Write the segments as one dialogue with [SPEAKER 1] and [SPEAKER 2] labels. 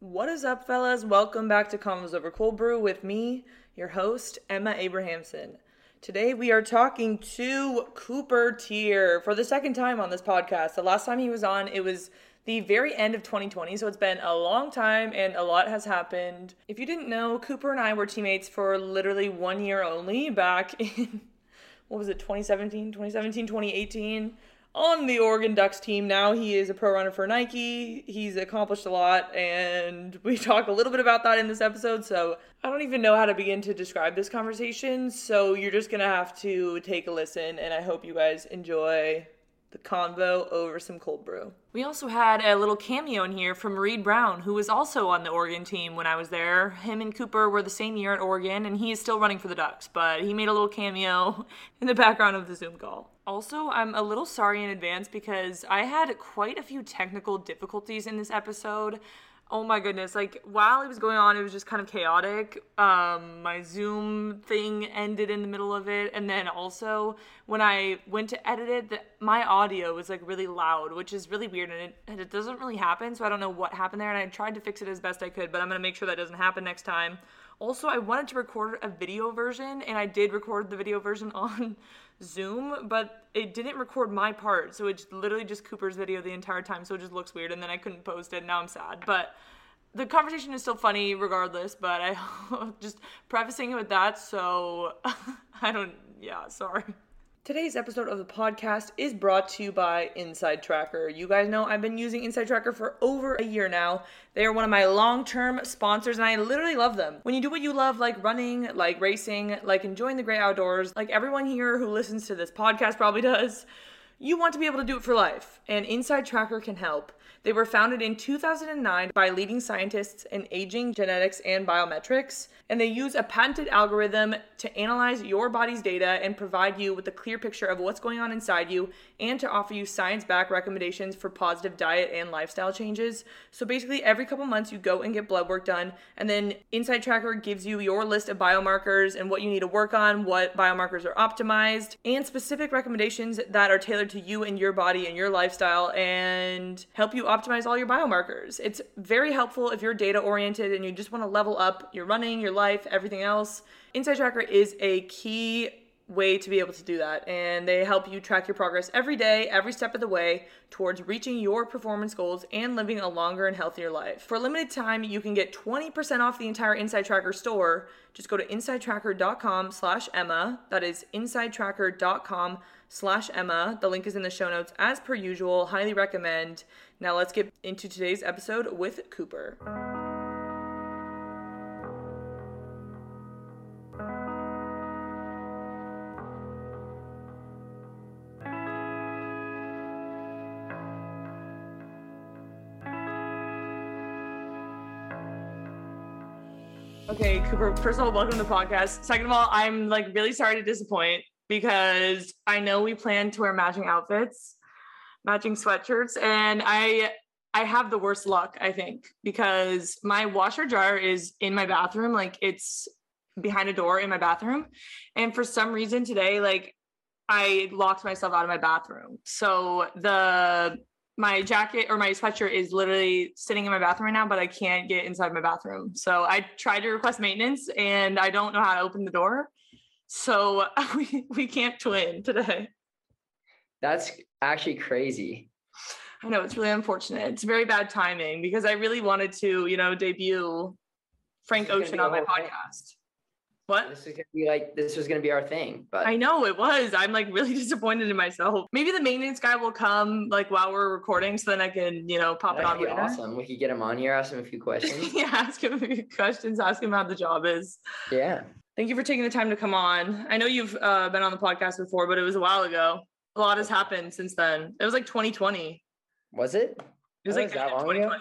[SPEAKER 1] What is up, fellas? Welcome back to Commons Over Cold Brew with me, your host, Emma Abrahamson. Today we are talking to Cooper Tier for the second time on this podcast. The last time he was on, it was the very end of 2020, so it's been a long time and a lot has happened. If you didn't know, Cooper and I were teammates for literally one year only back in what was it 2017 2017 2018 on the oregon ducks team now he is a pro runner for nike he's accomplished a lot and we talk a little bit about that in this episode so i don't even know how to begin to describe this conversation so you're just gonna have to take a listen and i hope you guys enjoy the convo over some cold brew. We also had a little cameo in here from Reed Brown, who was also on the Oregon team when I was there. Him and Cooper were the same year at Oregon, and he is still running for the Ducks, but he made a little cameo in the background of the Zoom call. Also, I'm a little sorry in advance because I had quite a few technical difficulties in this episode. Oh my goodness, like while it was going on, it was just kind of chaotic. Um, my Zoom thing ended in the middle of it. And then also, when I went to edit it, the, my audio was like really loud, which is really weird. And it, and it doesn't really happen. So I don't know what happened there. And I tried to fix it as best I could, but I'm going to make sure that doesn't happen next time. Also, I wanted to record a video version, and I did record the video version on Zoom, but it didn't record my part. So it's literally just Cooper's video the entire time. So it just looks weird. And then I couldn't post it. And now I'm sad. But the conversation is still funny regardless. But I just prefacing it with that. So I don't, yeah, sorry. Today's episode of the podcast is brought to you by Inside Tracker. You guys know I've been using Inside Tracker for over a year now. They are one of my long term sponsors, and I literally love them. When you do what you love, like running, like racing, like enjoying the great outdoors, like everyone here who listens to this podcast probably does, you want to be able to do it for life, and Inside Tracker can help. They were founded in 2009 by leading scientists in aging, genetics, and biometrics, and they use a patented algorithm to analyze your body's data and provide you with a clear picture of what's going on inside you and to offer you science backed recommendations for positive diet and lifestyle changes. So basically, every couple months, you go and get blood work done, and then Inside Tracker gives you your list of biomarkers and what you need to work on, what biomarkers are optimized, and specific recommendations that are tailored to you and your body and your lifestyle and help you optimize all your biomarkers. It's very helpful if you're data oriented and you just want to level up your running, your life, everything else. Inside Tracker is a key way to be able to do that. And they help you track your progress every day, every step of the way towards reaching your performance goals and living a longer and healthier life. For a limited time, you can get 20% off the entire Inside Tracker store. Just go to insidetracker.com slash Emma. That is insidetracker.com slash Emma. The link is in the show notes as per usual. Highly recommend. Now let's get into today's episode with Cooper. Okay, Cooper, first of all, welcome to the podcast. Second of all, I'm like really sorry to disappoint because I know we planned to wear matching outfits, matching sweatshirts, and I I have the worst luck, I think, because my washer dryer is in my bathroom, like it's behind a door in my bathroom, and for some reason today like I locked myself out of my bathroom. So the my jacket or my sweatshirt is literally sitting in my bathroom right now, but I can't get inside my bathroom. So I tried to request maintenance and I don't know how to open the door. So we, we can't twin today.
[SPEAKER 2] That's actually crazy.
[SPEAKER 1] I know it's really unfortunate. It's very bad timing because I really wanted to, you know, debut Frank Ocean on my podcast. Thing. What?
[SPEAKER 2] This is gonna be like this was gonna be our thing, but
[SPEAKER 1] I know it was. I'm like really disappointed in myself. Maybe the maintenance guy will come like while we're recording, so then I can you know pop
[SPEAKER 2] That'd
[SPEAKER 1] it on.
[SPEAKER 2] Be later. awesome. We could get him on here, ask him a few questions.
[SPEAKER 1] yeah, ask him a few questions, ask him how the job is.
[SPEAKER 2] Yeah.
[SPEAKER 1] Thank you for taking the time to come on. I know you've uh, been on the podcast before, but it was a while ago. A lot has happened since then. It was like 2020.
[SPEAKER 2] Was it? It
[SPEAKER 1] was oh, like was that long ago?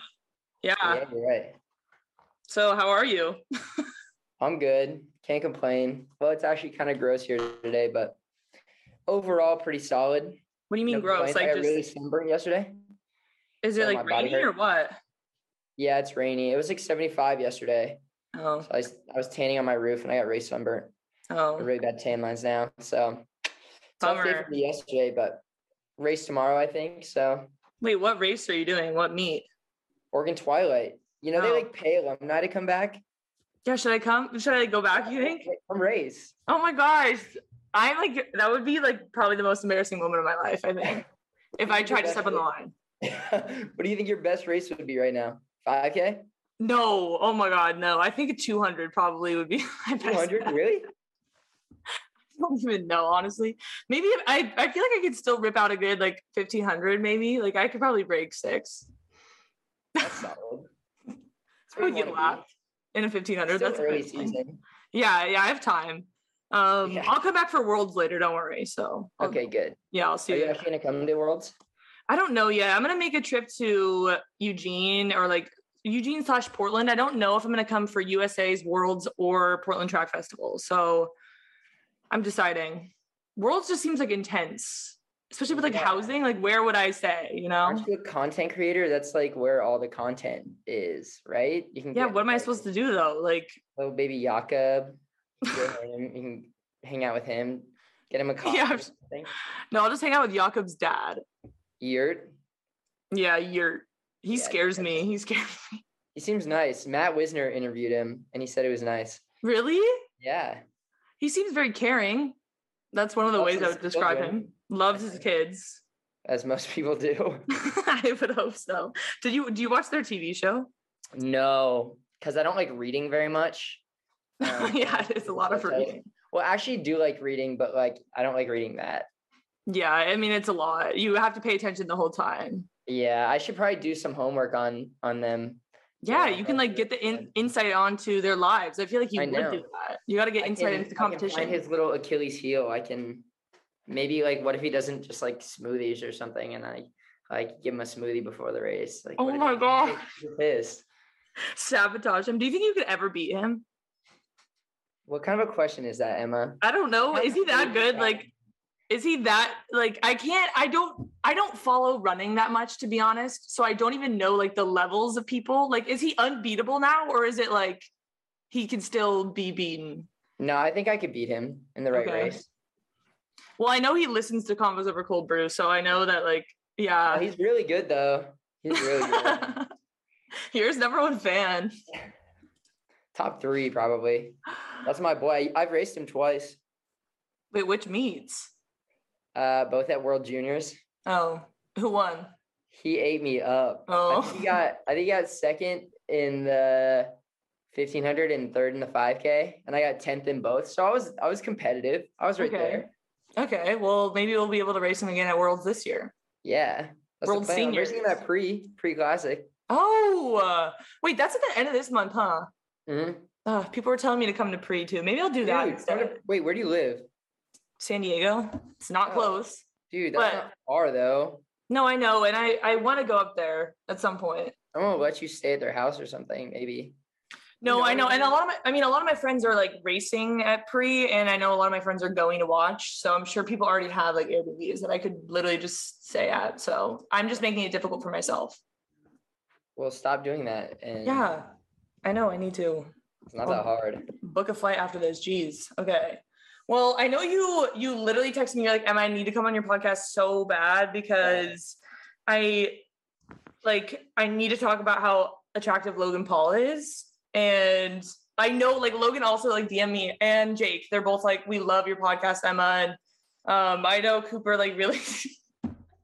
[SPEAKER 1] Yeah.
[SPEAKER 2] yeah right.
[SPEAKER 1] So how are you?
[SPEAKER 2] I'm good. Can't complain. Well, it's actually kind of gross here today, but overall pretty solid.
[SPEAKER 1] What do you mean no gross? Like
[SPEAKER 2] I just... really sunburned yesterday.
[SPEAKER 1] Is it so like rainy or what?
[SPEAKER 2] Yeah, it's rainy. It was like 75 yesterday.
[SPEAKER 1] Oh.
[SPEAKER 2] So I, I was tanning on my roof and I got race sunburn.
[SPEAKER 1] Oh.
[SPEAKER 2] Really bad tan lines now. So Bummer. tough day for me yesterday, but race tomorrow, I think. So
[SPEAKER 1] wait, what race are you doing? What meet?
[SPEAKER 2] Oregon Twilight. You know, they
[SPEAKER 1] Oh.
[SPEAKER 2] like pay alumni to come back.
[SPEAKER 1] Yeah, should I come? Should I like, go back? You think?
[SPEAKER 2] From race.
[SPEAKER 1] Oh my gosh. I'm like that would be like probably the most embarrassing moment of my life, I think. If I tried to step on the line.
[SPEAKER 2] what do you think your best race would be right now? 5K?
[SPEAKER 1] No, oh my god, no. I think a 200 probably would be my best.
[SPEAKER 2] 200? Really?
[SPEAKER 1] I don't even know, honestly. Maybe if- I I feel like I could still rip out a good like 1500 maybe. Like I could probably break 6
[SPEAKER 2] That's solid. That's
[SPEAKER 1] I would get
[SPEAKER 2] wanna be.
[SPEAKER 1] laughed in a 1500.
[SPEAKER 2] Still
[SPEAKER 1] That's
[SPEAKER 2] early
[SPEAKER 1] amazing.
[SPEAKER 2] season.
[SPEAKER 1] Yeah, yeah, I have time. Um,
[SPEAKER 2] Yeah.
[SPEAKER 1] I'll come back for Worlds later. Don't worry. So I'll-
[SPEAKER 2] Okay, Oh, good.
[SPEAKER 1] yeah, I'll see
[SPEAKER 2] Are
[SPEAKER 1] you.
[SPEAKER 2] you actually gonna come to Worlds?
[SPEAKER 1] I don't know yet. I'm gonna make a trip to Eugene or like Eugene slash Portland. I don't know if I'm gonna come for USA's Worlds or Portland Track Festival. So I'm deciding. Worlds just seems like intense, especially with like
[SPEAKER 2] Yeah.
[SPEAKER 1] housing. Like where would I stay? You know?
[SPEAKER 2] Aren't you a content creator? That's like where all the content is, right? You can
[SPEAKER 1] Yeah.
[SPEAKER 2] get,
[SPEAKER 1] What am I
[SPEAKER 2] like,
[SPEAKER 1] supposed to do though? Like
[SPEAKER 2] Little baby Jakob. get him, you can hang out with him. Get him a coffee.
[SPEAKER 1] Yeah.
[SPEAKER 2] or something.
[SPEAKER 1] no, I'll just hang out with Jakob's dad.
[SPEAKER 2] Yurt.
[SPEAKER 1] Yeah, you're. He
[SPEAKER 2] Yeah,
[SPEAKER 1] scares
[SPEAKER 2] yeah.
[SPEAKER 1] me. He scares me.
[SPEAKER 2] He seems nice. Matt Wisner interviewed him, and he said it was nice.
[SPEAKER 1] Really?
[SPEAKER 2] Yeah.
[SPEAKER 1] He seems very caring. That's one of the
[SPEAKER 2] Loves
[SPEAKER 1] ways I
[SPEAKER 2] his
[SPEAKER 1] would describe
[SPEAKER 2] children.
[SPEAKER 1] him. Loves his kids.
[SPEAKER 2] as most people do.
[SPEAKER 1] I would hope so. Did you do you watch their TV show?
[SPEAKER 2] No, because I don't like reading very much. Um,
[SPEAKER 1] yeah, it's a lot of
[SPEAKER 2] which I-
[SPEAKER 1] reading.
[SPEAKER 2] Well, I actually do like reading, but like I don't like reading that.
[SPEAKER 1] Yeah, I mean it's a lot. You have to pay attention the whole time.
[SPEAKER 2] Yeah, I should probably do some homework on on them.
[SPEAKER 1] Yeah,
[SPEAKER 2] Yeah,
[SPEAKER 1] you can
[SPEAKER 2] that's
[SPEAKER 1] like get the in,
[SPEAKER 2] good.
[SPEAKER 1] insight onto their lives. I feel like you
[SPEAKER 2] I
[SPEAKER 1] would
[SPEAKER 2] know.
[SPEAKER 1] do that. You got to get
[SPEAKER 2] I
[SPEAKER 1] insight
[SPEAKER 2] can-
[SPEAKER 1] into the
[SPEAKER 2] I can find
[SPEAKER 1] competition.
[SPEAKER 2] his little Achilles heel. I can maybe like what if he doesn't just like smoothies or something, and I like give him a smoothie before the race. Like,
[SPEAKER 1] Oh
[SPEAKER 2] what if
[SPEAKER 1] my
[SPEAKER 2] he-
[SPEAKER 1] God.
[SPEAKER 2] he's pissed.
[SPEAKER 1] Sabotage him. Do you think you could ever beat him?
[SPEAKER 2] What kind of a question is that, Emma?
[SPEAKER 1] I don't know. Is he that good? Like is he that like i can't i don't i don't follow running that much to be honest so i don't even know like the levels of people like is he unbeatable now or is it like he can still be beaten
[SPEAKER 2] No, I think I could beat him in the right
[SPEAKER 1] Okay.
[SPEAKER 2] race.
[SPEAKER 1] well i know he listens to combos over cold brew so i know that like
[SPEAKER 2] Oh,
[SPEAKER 1] yeah
[SPEAKER 2] he's really good though. He's really good.
[SPEAKER 1] here's number one fan
[SPEAKER 2] Top three, probably. That's my boy. I- I've raced him twice,
[SPEAKER 1] wait which meets
[SPEAKER 2] uh, both at World Juniors.
[SPEAKER 1] oh who won
[SPEAKER 2] He ate me up. I
[SPEAKER 1] oh
[SPEAKER 2] think he got, I think he got second in the 1500 and third in the 5K, and I got 10th in both. So I was, I was competitive. I was right
[SPEAKER 1] Okay.
[SPEAKER 2] there.
[SPEAKER 1] okay well maybe we'll be able to race him again at worlds this year
[SPEAKER 2] Yeah. That's
[SPEAKER 1] World
[SPEAKER 2] the plan. I'm racing
[SPEAKER 1] Seniors.
[SPEAKER 2] that pre pre classic.
[SPEAKER 1] oh uh, wait that's at the end of this month huh
[SPEAKER 2] hmm
[SPEAKER 1] Uh, people were telling me to come to pre too. Maybe I'll do that. instead.
[SPEAKER 2] wait, where do you live,
[SPEAKER 1] San Diego. It's not
[SPEAKER 2] Oh.
[SPEAKER 1] close.
[SPEAKER 2] dude? That's
[SPEAKER 1] What?
[SPEAKER 2] not far though.
[SPEAKER 1] No, I know, and I I want to go up there at some point.
[SPEAKER 2] I'm gonna let you stay at their house or something, maybe.
[SPEAKER 1] No,
[SPEAKER 2] know,
[SPEAKER 1] I know,
[SPEAKER 2] I
[SPEAKER 1] and a lot of my I mean a lot of my friends are like racing at pre, and I know a lot of my friends are going to watch. So I'm sure people already have like Airbnbs that I could literally just stay at. So I'm just making it difficult for myself.
[SPEAKER 2] Well, stop doing that. And
[SPEAKER 1] Yeah, I know. I need to.
[SPEAKER 2] it's
[SPEAKER 1] Oh.
[SPEAKER 2] not that hard.
[SPEAKER 1] book a flight after this. Jeez. Okay. Well, I know you you literally texted me, you're like, Emma, I need to come on your podcast so bad because I like I need to talk about how attractive Logan Paul is. And I know like Logan also like DM me and Jake. They're both like, we love your podcast, Emma. And um I know Cooper like really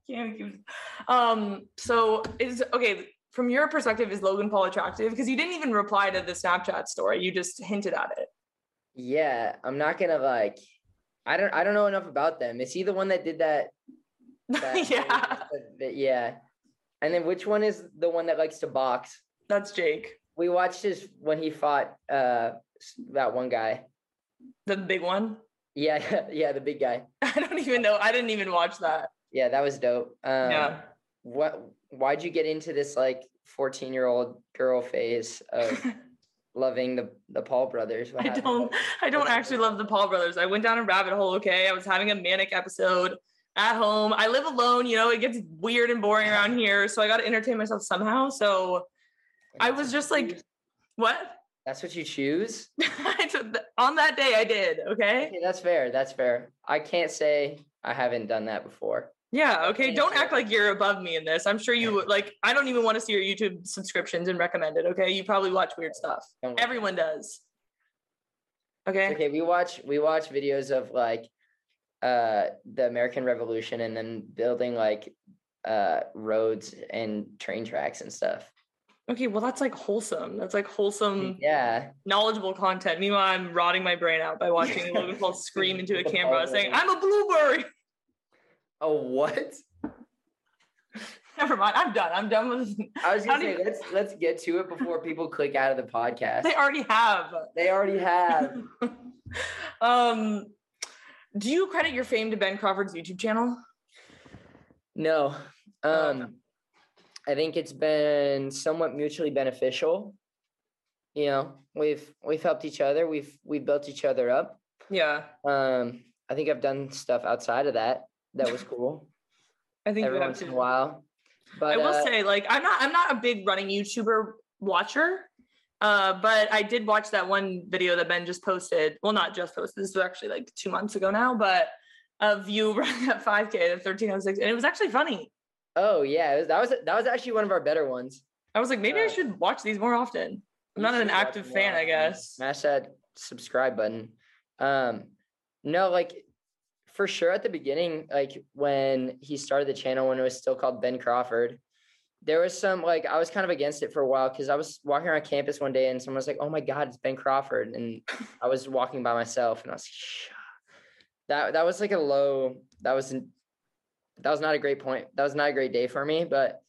[SPEAKER 1] can't even- um so is okay from your perspective is Logan Paul attractive because you didn't even reply to the Snapchat story you just hinted at it
[SPEAKER 2] Yeah, I'm not gonna like. I don't. I don't know enough about them. Is he the one that did that? that
[SPEAKER 1] yeah,
[SPEAKER 2] that- that- yeah. And then which one is the one that likes to box?
[SPEAKER 1] that's Jake,
[SPEAKER 2] We watched his when he fought uh s- that one guy.
[SPEAKER 1] the big one.
[SPEAKER 2] Yeah, yeah, the big guy.
[SPEAKER 1] I don't even know. I didn't even watch that.
[SPEAKER 2] Yeah, that was dope. Um,
[SPEAKER 1] yeah,
[SPEAKER 2] What? Why'd you get into this like 14 year old girl phase of loving the the Paul brothers? What
[SPEAKER 1] I
[SPEAKER 2] happened?
[SPEAKER 1] don't. I don't actually love the Paul brothers. I went down a rabbit hole. Okay, I was having a manic episode at home. I live alone. You know, it gets weird and boring around here, so I got to entertain myself somehow. So I
[SPEAKER 2] That's
[SPEAKER 1] was
[SPEAKER 2] what
[SPEAKER 1] just
[SPEAKER 2] you
[SPEAKER 1] like,
[SPEAKER 2] choose?
[SPEAKER 1] what?
[SPEAKER 2] That's what you choose.
[SPEAKER 1] I took th- On that day, I did. Okay.
[SPEAKER 2] Okay, that's fair. That's fair. I can't say I haven't done that before.
[SPEAKER 1] Yeah. Okay. Don't act like you're above me in this. I'm sure you like. I don't even want to see your YouTube subscriptions and recommended. Okay. You probably watch weird stuff.
[SPEAKER 2] Don't worry.
[SPEAKER 1] Everyone does.
[SPEAKER 2] It's
[SPEAKER 1] Okay.
[SPEAKER 2] okay we watch we watch videos of like uh the american revolution and then building like uh roads and train tracks and stuff
[SPEAKER 1] Okay. Well, that's like wholesome. That's like wholesome,
[SPEAKER 2] yeah
[SPEAKER 1] knowledgeable content. Meanwhile, I'm rotting my brain out by watching Logan Paul scream into a
[SPEAKER 2] The
[SPEAKER 1] camera
[SPEAKER 2] ball
[SPEAKER 1] saying,
[SPEAKER 2] rolling.
[SPEAKER 1] "I'm a blueberry."
[SPEAKER 2] oh what
[SPEAKER 1] Never mind. I'm done. I'm done with.
[SPEAKER 2] i was
[SPEAKER 1] How
[SPEAKER 2] gonna
[SPEAKER 1] do
[SPEAKER 2] say
[SPEAKER 1] you-
[SPEAKER 2] let's let's get to it before people click out of the podcast
[SPEAKER 1] They already have.
[SPEAKER 2] they already have
[SPEAKER 1] um, do you credit your fame to Ben Crawford's YouTube channel?
[SPEAKER 2] no
[SPEAKER 1] Oh, okay.
[SPEAKER 2] um i think it's been somewhat mutually beneficial you know we've we've helped each other we've we've built each other up
[SPEAKER 1] Yeah,
[SPEAKER 2] Um, I think I've done stuff outside of that. That was cool.
[SPEAKER 1] I think
[SPEAKER 2] Every
[SPEAKER 1] you have
[SPEAKER 2] once in a
[SPEAKER 1] to.
[SPEAKER 2] while. But
[SPEAKER 1] I will
[SPEAKER 2] uh,
[SPEAKER 1] say, like, I'm not, I'm not a big running YouTuber watcher, uh, but I did watch that one video that Ben just posted. Well, not just posted. This was actually like two months ago now, but of you running that 5K, the 1306, and it was actually funny.
[SPEAKER 2] oh yeah, it was- that was that was actually one of our better ones.
[SPEAKER 1] I was like, maybe I
[SPEAKER 2] Yeah.
[SPEAKER 1] should watch these more often. I'm
[SPEAKER 2] You
[SPEAKER 1] not an
[SPEAKER 2] should watch
[SPEAKER 1] active
[SPEAKER 2] more
[SPEAKER 1] fan, I
[SPEAKER 2] often.
[SPEAKER 1] guess.
[SPEAKER 2] Smash that subscribe button. Um, no, like for sure at the beginning, like when he started the channel when it was still called Ben Crawford, there was some like I was kind of against it for a while because I was walking around campus one day and someone was like, "Oh my God, it's Ben Crawford," and I was walking by myself and I was like, "Shh." that that was like a low. That was n- that was not a great point. That was not a great day for me. But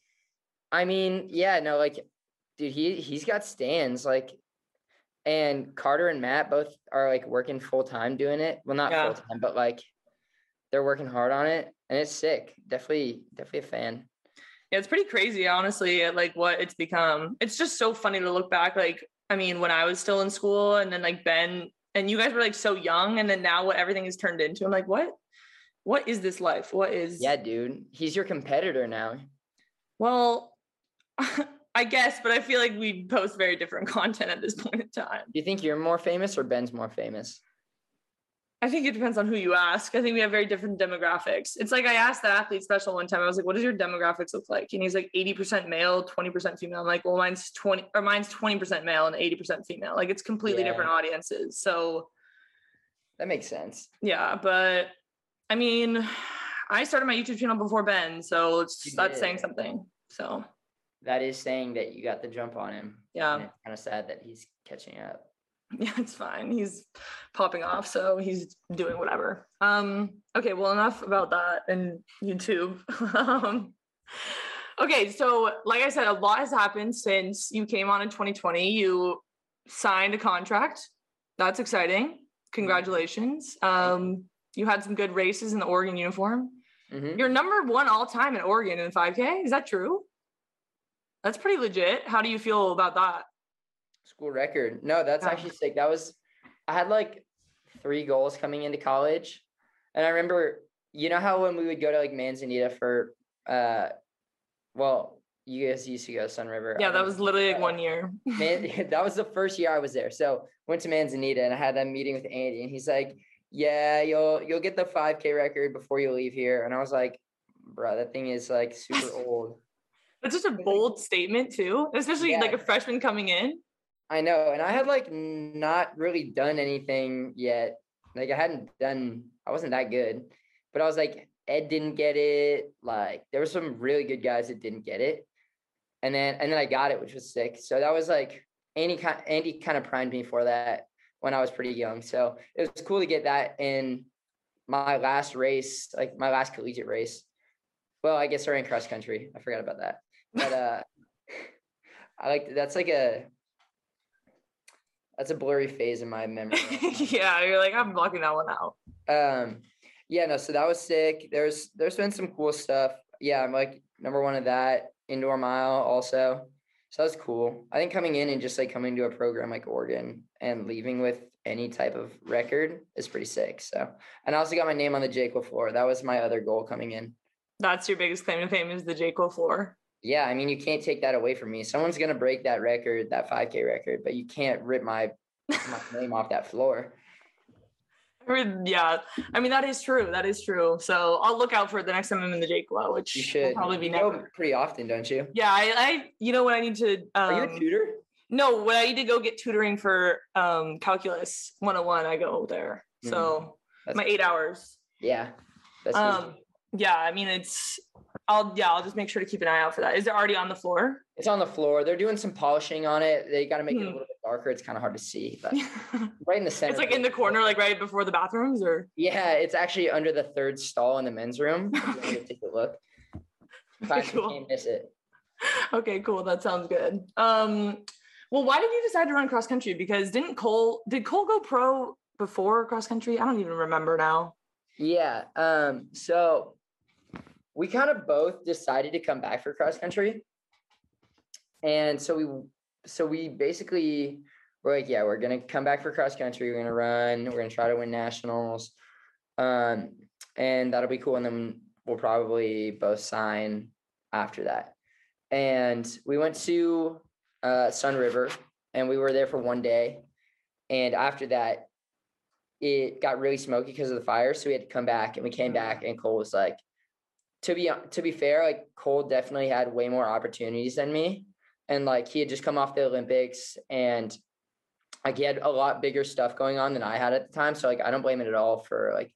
[SPEAKER 2] I mean, yeah, no, like, dude, he he's got stands like, and Carter and Matt both are like working full time doing it. Well, not
[SPEAKER 1] Yeah.
[SPEAKER 2] full time, but like they're working hard on it, and it's sick. Definitely, definitely a fan.
[SPEAKER 1] Yeah, it's pretty crazy, honestly, at like what it's become. It's just so funny to look back. Like, I mean, when I was still in school, and then like Ben and you guys were like so young, and then now what everything is turned into. I'm like, what? What is this life? What is?
[SPEAKER 2] Yeah, dude, he's your competitor now.
[SPEAKER 1] Well, I guess, but I feel like we post very different content at this point in time.
[SPEAKER 2] Do you think you're more famous or Ben's more famous?
[SPEAKER 1] I think it depends on who you ask. I think we have very different demographics. It's like I asked the athlete special one time. I was like, "What does your demographics look like?" And he's like, "80% male, 20% female." I'm like, "Well, mine's 20 or mine's 20% male and 80% female. Like it's completely
[SPEAKER 2] Yeah.
[SPEAKER 1] different audiences." So,
[SPEAKER 2] That makes sense.
[SPEAKER 1] yeah, but I mean, I started my YouTube channel before Ben, so it's
[SPEAKER 2] You
[SPEAKER 1] that's saying
[SPEAKER 2] did.
[SPEAKER 1] something. So,
[SPEAKER 2] That is saying that you got the jump on him.
[SPEAKER 1] Yeah.
[SPEAKER 2] and it's kind of sad that he's catching up.
[SPEAKER 1] yeah, it's fine. He's popping off, so he's doing whatever. Um, okay, well, enough about that and YouTube. um, okay, so like I said, a lot has happened since you came on in 2020. You signed a contract. That's exciting. Congratulations. Um, you had some good races in the Oregon uniform.
[SPEAKER 2] Mhm.
[SPEAKER 1] You're number one all time in Oregon in 5K. Is that true? That's pretty legit. How do you feel about that?
[SPEAKER 2] School record. No, that's
[SPEAKER 1] Yeah.
[SPEAKER 2] actually sick. That was, I had like three goals coming into college. And I remember, you know how when we would go to like Manzanita for, uh, well, you guys used to go to Sun River. I
[SPEAKER 1] Yeah, that
[SPEAKER 2] don't
[SPEAKER 1] was
[SPEAKER 2] know.
[SPEAKER 1] literally like
[SPEAKER 2] Uh,
[SPEAKER 1] one year.
[SPEAKER 2] Man, that was the first year I was there. So went to Manzanita and I had that meeting with Andy, and he's like, "Yeah, you'll you'll get the 5K record before you leave here." And I was like, "Bro, that thing is like super old."
[SPEAKER 1] That's just a
[SPEAKER 2] like-
[SPEAKER 1] bold statement too, especially like a
[SPEAKER 2] Yeah.
[SPEAKER 1] freshman coming in.
[SPEAKER 2] I know, and I had like not really done anything yet. Like I hadn't done, I wasn't that good, but I was like, Ed didn't get it. Like there were some really good guys that didn't get it, and then and then I got it, which was sick. So that was like Andy. ki- Andy kind of primed me for that when I was pretty young. So it was cool to get that in my last race, like my last collegiate race. Well, I guess I ran cross country. I forgot about that, but uh, I like that's like a that's a blurry phase in my memory. right now
[SPEAKER 1] yeah, you're like, I'm blocking that one out.
[SPEAKER 2] um yeah no so that was sick there's there's been some cool stuff yeah i'm like number one of that indoor mile also so that's cool i think coming in and just like coming to a program like oregon and leaving with any type of record is pretty sick so and i also got my name on the jake floor that was my other goal coming in
[SPEAKER 1] That's your biggest claim to fame is the JQuil floor.
[SPEAKER 2] yeah i mean you can't take that away from me someone's gonna break that record that 5k record but you can't rip my, my name off that floor
[SPEAKER 1] Yeah, I mean that is true. That is true. So I'll look out for it the next time I'm in the Jake well, which
[SPEAKER 2] You
[SPEAKER 1] will
[SPEAKER 2] should
[SPEAKER 1] probably be
[SPEAKER 2] You go
[SPEAKER 1] never.
[SPEAKER 2] pretty often, don't you?
[SPEAKER 1] Yeah, I, I, you know what I need to. Um,
[SPEAKER 2] Are you a tutor?
[SPEAKER 1] No, when I need to go get tutoring for um, calculus 101, I go there.
[SPEAKER 2] Mm,
[SPEAKER 1] So
[SPEAKER 2] that's-
[SPEAKER 1] my eight hours.
[SPEAKER 2] Yeah. That's easy.
[SPEAKER 1] Um, yeah, I mean it's. I'll yeah, I'll just make sure to keep an eye out for that. Is it already on the floor?
[SPEAKER 2] It's on the floor. They're doing some polishing on it. They got to make it a
[SPEAKER 1] Hmm.
[SPEAKER 2] little bit darker. It's kind of hard to see, but
[SPEAKER 1] it's
[SPEAKER 2] right in the center.
[SPEAKER 1] like in the corner, like right before the bathrooms, or
[SPEAKER 2] Yeah, it's actually under the third stall in the men's room. if you wanna go take a look. Find- you
[SPEAKER 1] Cool.
[SPEAKER 2] Can't miss it.
[SPEAKER 1] okay, cool. That sounds good. Um, well, why did you decide to run cross country? Because didn't Cole did Cole go pro before cross country? I don't even remember now.
[SPEAKER 2] Yeah. Um. So we kind of both decided to come back for cross country, and so we so we basically were like, yeah, we're gonna come back for cross country. We're gonna run. We're gonna try to win nationals. Um. And that'll be cool. And then we'll probably both sign after that. And we went to uh, Sun River, and we were there for one day. And after that, it got really smoky because of the fire, so we had to come back, and we came back, and Cole was like, to be to be fair, like Cole definitely had way more opportunities than me, and like he had just come off the Olympics, and like he had a lot bigger stuff going on than I had at the time, so like I don't blame it at all for like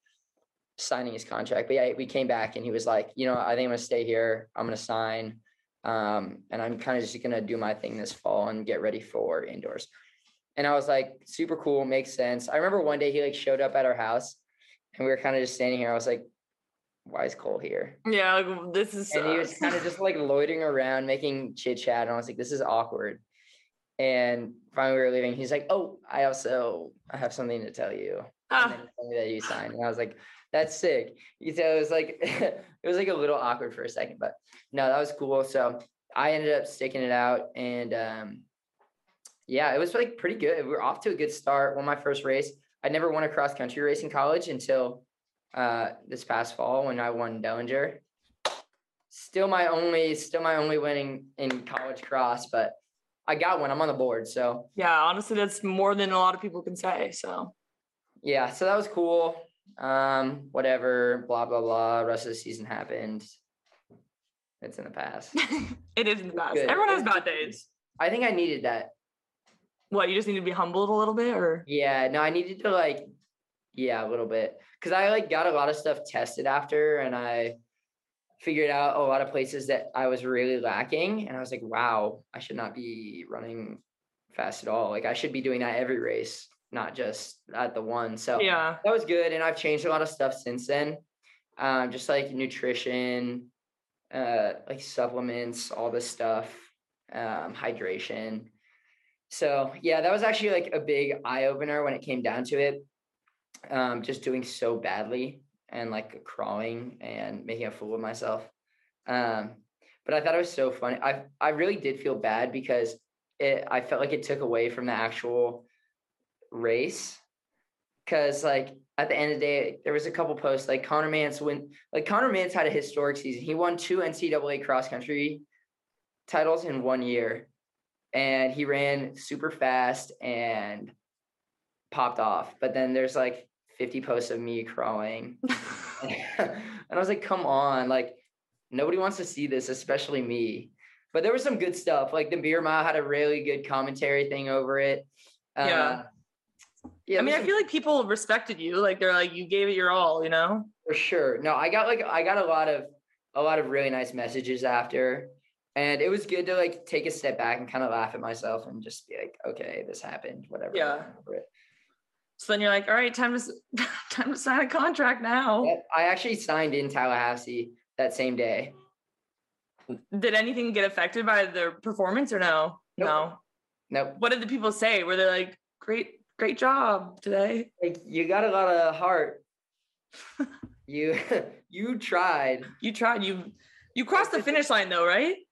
[SPEAKER 2] signing his contract. But yeah, we came back, and he was like, you know, I think I'm gonna stay here. I'm gonna sign. Um, and I'm kind of just gonna do my thing this fall and get ready for indoors. And I was like, super cool, makes sense. I remember one day he like showed up at our house and we were kind of just standing here. I was like, why is Cole here?
[SPEAKER 1] Yeah, like, this is.
[SPEAKER 2] And he was
[SPEAKER 1] sucks.
[SPEAKER 2] kind of just like loitering around, making chit chat. And I was like, this is awkward. And finally we were leaving. He's like, oh, I also I have something to tell you. And
[SPEAKER 1] Ah,
[SPEAKER 2] then he told me that you signed. And I was like, that's sick. You know, it was like it was like a little awkward for a second, but no, that was cool. So I ended up sticking it out and um yeah, it was like pretty good. We were off to a good start. Won my first race. I never won a cross country race in college until uh this past fall when I won Dellinger. Still my only still my only winning in college cross, but I got one. I'm on the board. So
[SPEAKER 1] yeah, honestly, that's more than a lot of people can say. So
[SPEAKER 2] yeah, so that was cool. Um, whatever, blah blah blah. Rest of the season happened. It's in the past.
[SPEAKER 1] it is in the past.
[SPEAKER 2] Good.
[SPEAKER 1] Everyone has
[SPEAKER 2] It-
[SPEAKER 1] bad days.
[SPEAKER 2] I think I needed that.
[SPEAKER 1] What you just need to be humbled a little bit, or
[SPEAKER 2] Yeah, no, I needed to like, yeah, a little bit, because I like got a lot of stuff tested after, and I figured out a lot of places that I was really lacking, and I was like, wow, I should not be running fast at all. Like I should be doing that every race, not just at the one. So
[SPEAKER 1] yeah,
[SPEAKER 2] that was good and i've changed a lot of stuff since then um, just like nutrition uh, like supplements all this stuff um, hydration so yeah that was actually like a big eye-opener when it came down to it um, just doing so badly and like crawling and making a fool of myself um, but i thought it was so funny i, I really did feel bad because it, i felt like it took away from the actual race because like at the end of the day, there was a couple posts like Connor Mance win like Connor Mance had a historic season. He won two NCAA cross country titles in one year, and he ran super fast and popped off. But then there's like 50 posts of me crawling, and I was like, come on, like nobody wants to see this, especially me. But there was some good stuff. Like the beer mile had a really good commentary thing over it.
[SPEAKER 1] Yeah.
[SPEAKER 2] Uh, yeah.
[SPEAKER 1] I mean,
[SPEAKER 2] there's
[SPEAKER 1] I
[SPEAKER 2] some
[SPEAKER 1] feel like people respected you. Like they're like, you gave it your all, you know?
[SPEAKER 2] for sure no i got like i got a lot of a lot of really nice messages after and it was good to like take a step back and kind of laugh at myself and just be like okay this happened whatever
[SPEAKER 1] Yeah.
[SPEAKER 2] over it.
[SPEAKER 1] So then you're like, all right, time to s- time to sign a contract now.
[SPEAKER 2] Yep, i actually signed in tallahassee that same day
[SPEAKER 1] Did anything get affected by the performance or no?
[SPEAKER 2] Nope.
[SPEAKER 1] No.
[SPEAKER 2] nope
[SPEAKER 1] What did the people say? Were they like, great, great job today?
[SPEAKER 2] like you got a lot of heart you you tried
[SPEAKER 1] You tried. You you crossed the finish line though, right?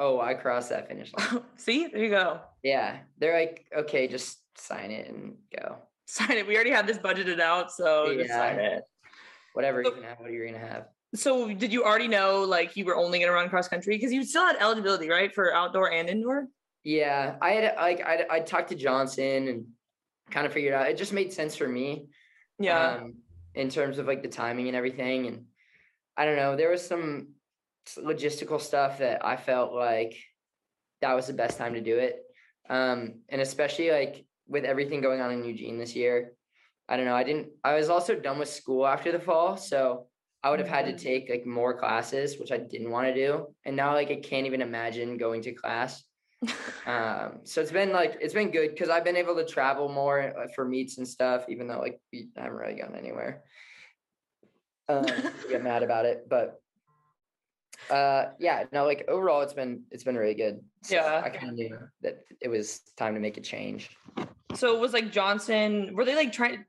[SPEAKER 2] oh i crossed that finish line
[SPEAKER 1] See, there you go.
[SPEAKER 2] yeah they're like okay just sign it and go
[SPEAKER 1] Sign it. We already had this budgeted out, so just
[SPEAKER 2] Yeah.
[SPEAKER 1] sign it.
[SPEAKER 2] whatever you
[SPEAKER 1] So-
[SPEAKER 2] can have what you're gonna have
[SPEAKER 1] So did you already know like you were only gonna run cross country? Because you still had eligibility, right? For outdoor and indoor?
[SPEAKER 2] Yeah, I had like I I talked to Johnson and kind of figured out it just made sense for me.
[SPEAKER 1] Yeah.
[SPEAKER 2] um, in terms of like the timing and everything. And I don't know, there was some s- logistical stuff that I felt like that was the best time to do it. Um, and especially like with everything going on in Eugene this year, I don't know, I didn't, I was also done with school after the fall. So I would have had to
[SPEAKER 1] Mhm.
[SPEAKER 2] take like more classes, which I didn't want to do. And now like I can't even imagine going to class. Um, so it's been like it's been good because I've been able to travel more uh, for meets and stuff, even though like we I haven't really gone anywhere. Um, people get mad about it, but uh, yeah, no, like overall, it's been it's been really good. So
[SPEAKER 1] Yeah.
[SPEAKER 2] I kind of knew that it was time to make a change.
[SPEAKER 1] so it was like Johnson. Were they like trying?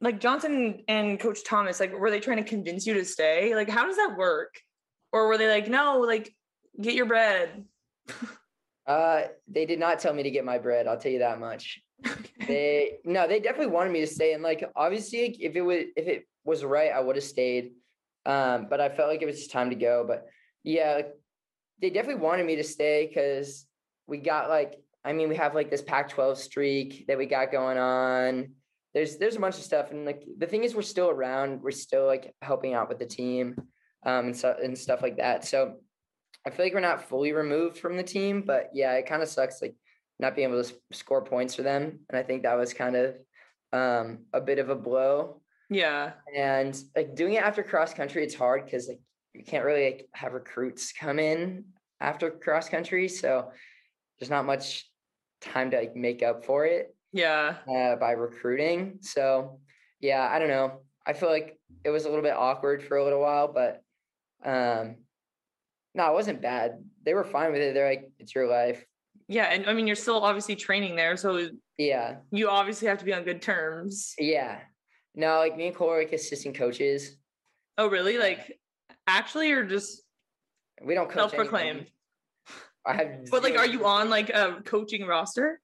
[SPEAKER 1] Like Johnson and Coach Thomas, like were they trying to convince you to stay? Like, how does that work? Or were they like, no, like get your bread?
[SPEAKER 2] Uh, they did not tell me to get my bread. I'll tell you that much. they no they definitely wanted me to stay and like obviously like, if it was if it was right i would have stayed um but i felt like it was just time to go but yeah like, they definitely wanted me to stay because we got like i mean we have like this pac 12 streak that we got going on there's there's a bunch of stuff and like the thing is we're still around we're still like helping out with the team um and so and stuff like that so i feel like we're not fully removed from the team but yeah it kind of sucks like not being able to s- score points for them. And I think that was kind of um, a bit of a blow.
[SPEAKER 1] yeah.
[SPEAKER 2] And like doing it after cross country, it's hard because like you can't really like have recruits come in after cross country. So there's not much time to like make up for it
[SPEAKER 1] Yeah.
[SPEAKER 2] uh, by recruiting. So yeah, I don't know. I feel like it was a little bit awkward for a little while, but um, no, it wasn't bad. They were fine with it. They're like, it's your life.
[SPEAKER 1] Yeah. And I mean, you're still obviously training there. So
[SPEAKER 2] Yeah.
[SPEAKER 1] you obviously have to be on good terms.
[SPEAKER 2] Yeah. No, like me and Cole are like assistant coaches.
[SPEAKER 1] Oh, really? Like actually, or just,
[SPEAKER 2] We don't coach. anyone.
[SPEAKER 1] Self-proclaimed.
[SPEAKER 2] I have.
[SPEAKER 1] but like,
[SPEAKER 2] zero-
[SPEAKER 1] are you on like a coaching roster?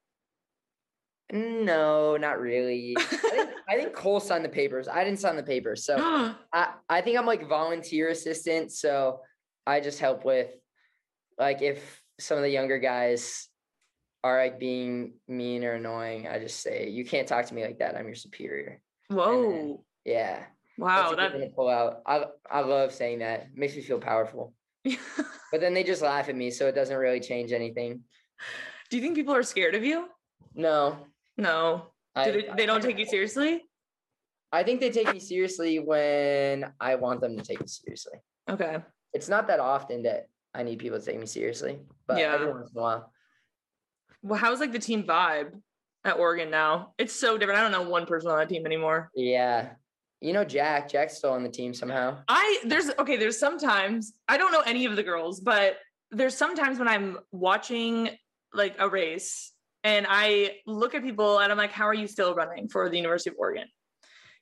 [SPEAKER 2] No, not really. I think, I think Cole signed the papers. I didn't sign the papers, so
[SPEAKER 1] oh,
[SPEAKER 2] I I think I'm like volunteer assistant. So I just help with like if some of the younger guys are like being mean or annoying, I just say you can't talk to me like that. I'm your superior.
[SPEAKER 1] whoa.
[SPEAKER 2] Yeah.
[SPEAKER 1] Wow.
[SPEAKER 2] That's a good
[SPEAKER 1] That,
[SPEAKER 2] one to pull out. I I love saying that. Makes me feel powerful. But then they just laugh at me, so it doesn't really change anything.
[SPEAKER 1] do you think people are scared of you?
[SPEAKER 2] No,
[SPEAKER 1] No.
[SPEAKER 2] I,
[SPEAKER 1] Do they, they don't take you seriously?
[SPEAKER 2] I think they take me seriously when I want them to take me seriously.
[SPEAKER 1] Okay.
[SPEAKER 2] It's not that often that I need people to take me seriously, but
[SPEAKER 1] Yeah.
[SPEAKER 2] every once in a while.
[SPEAKER 1] Well, how's like the team vibe at Oregon now? It's so different. I don't know one person on that team anymore.
[SPEAKER 2] Yeah, you know Jack. Jack's still on the team somehow.
[SPEAKER 1] I there's okay, there's sometimes I don't know any of the girls, but there's sometimes when I'm watching like a race and I look at people and I'm like, how are you still running for the University of Oregon?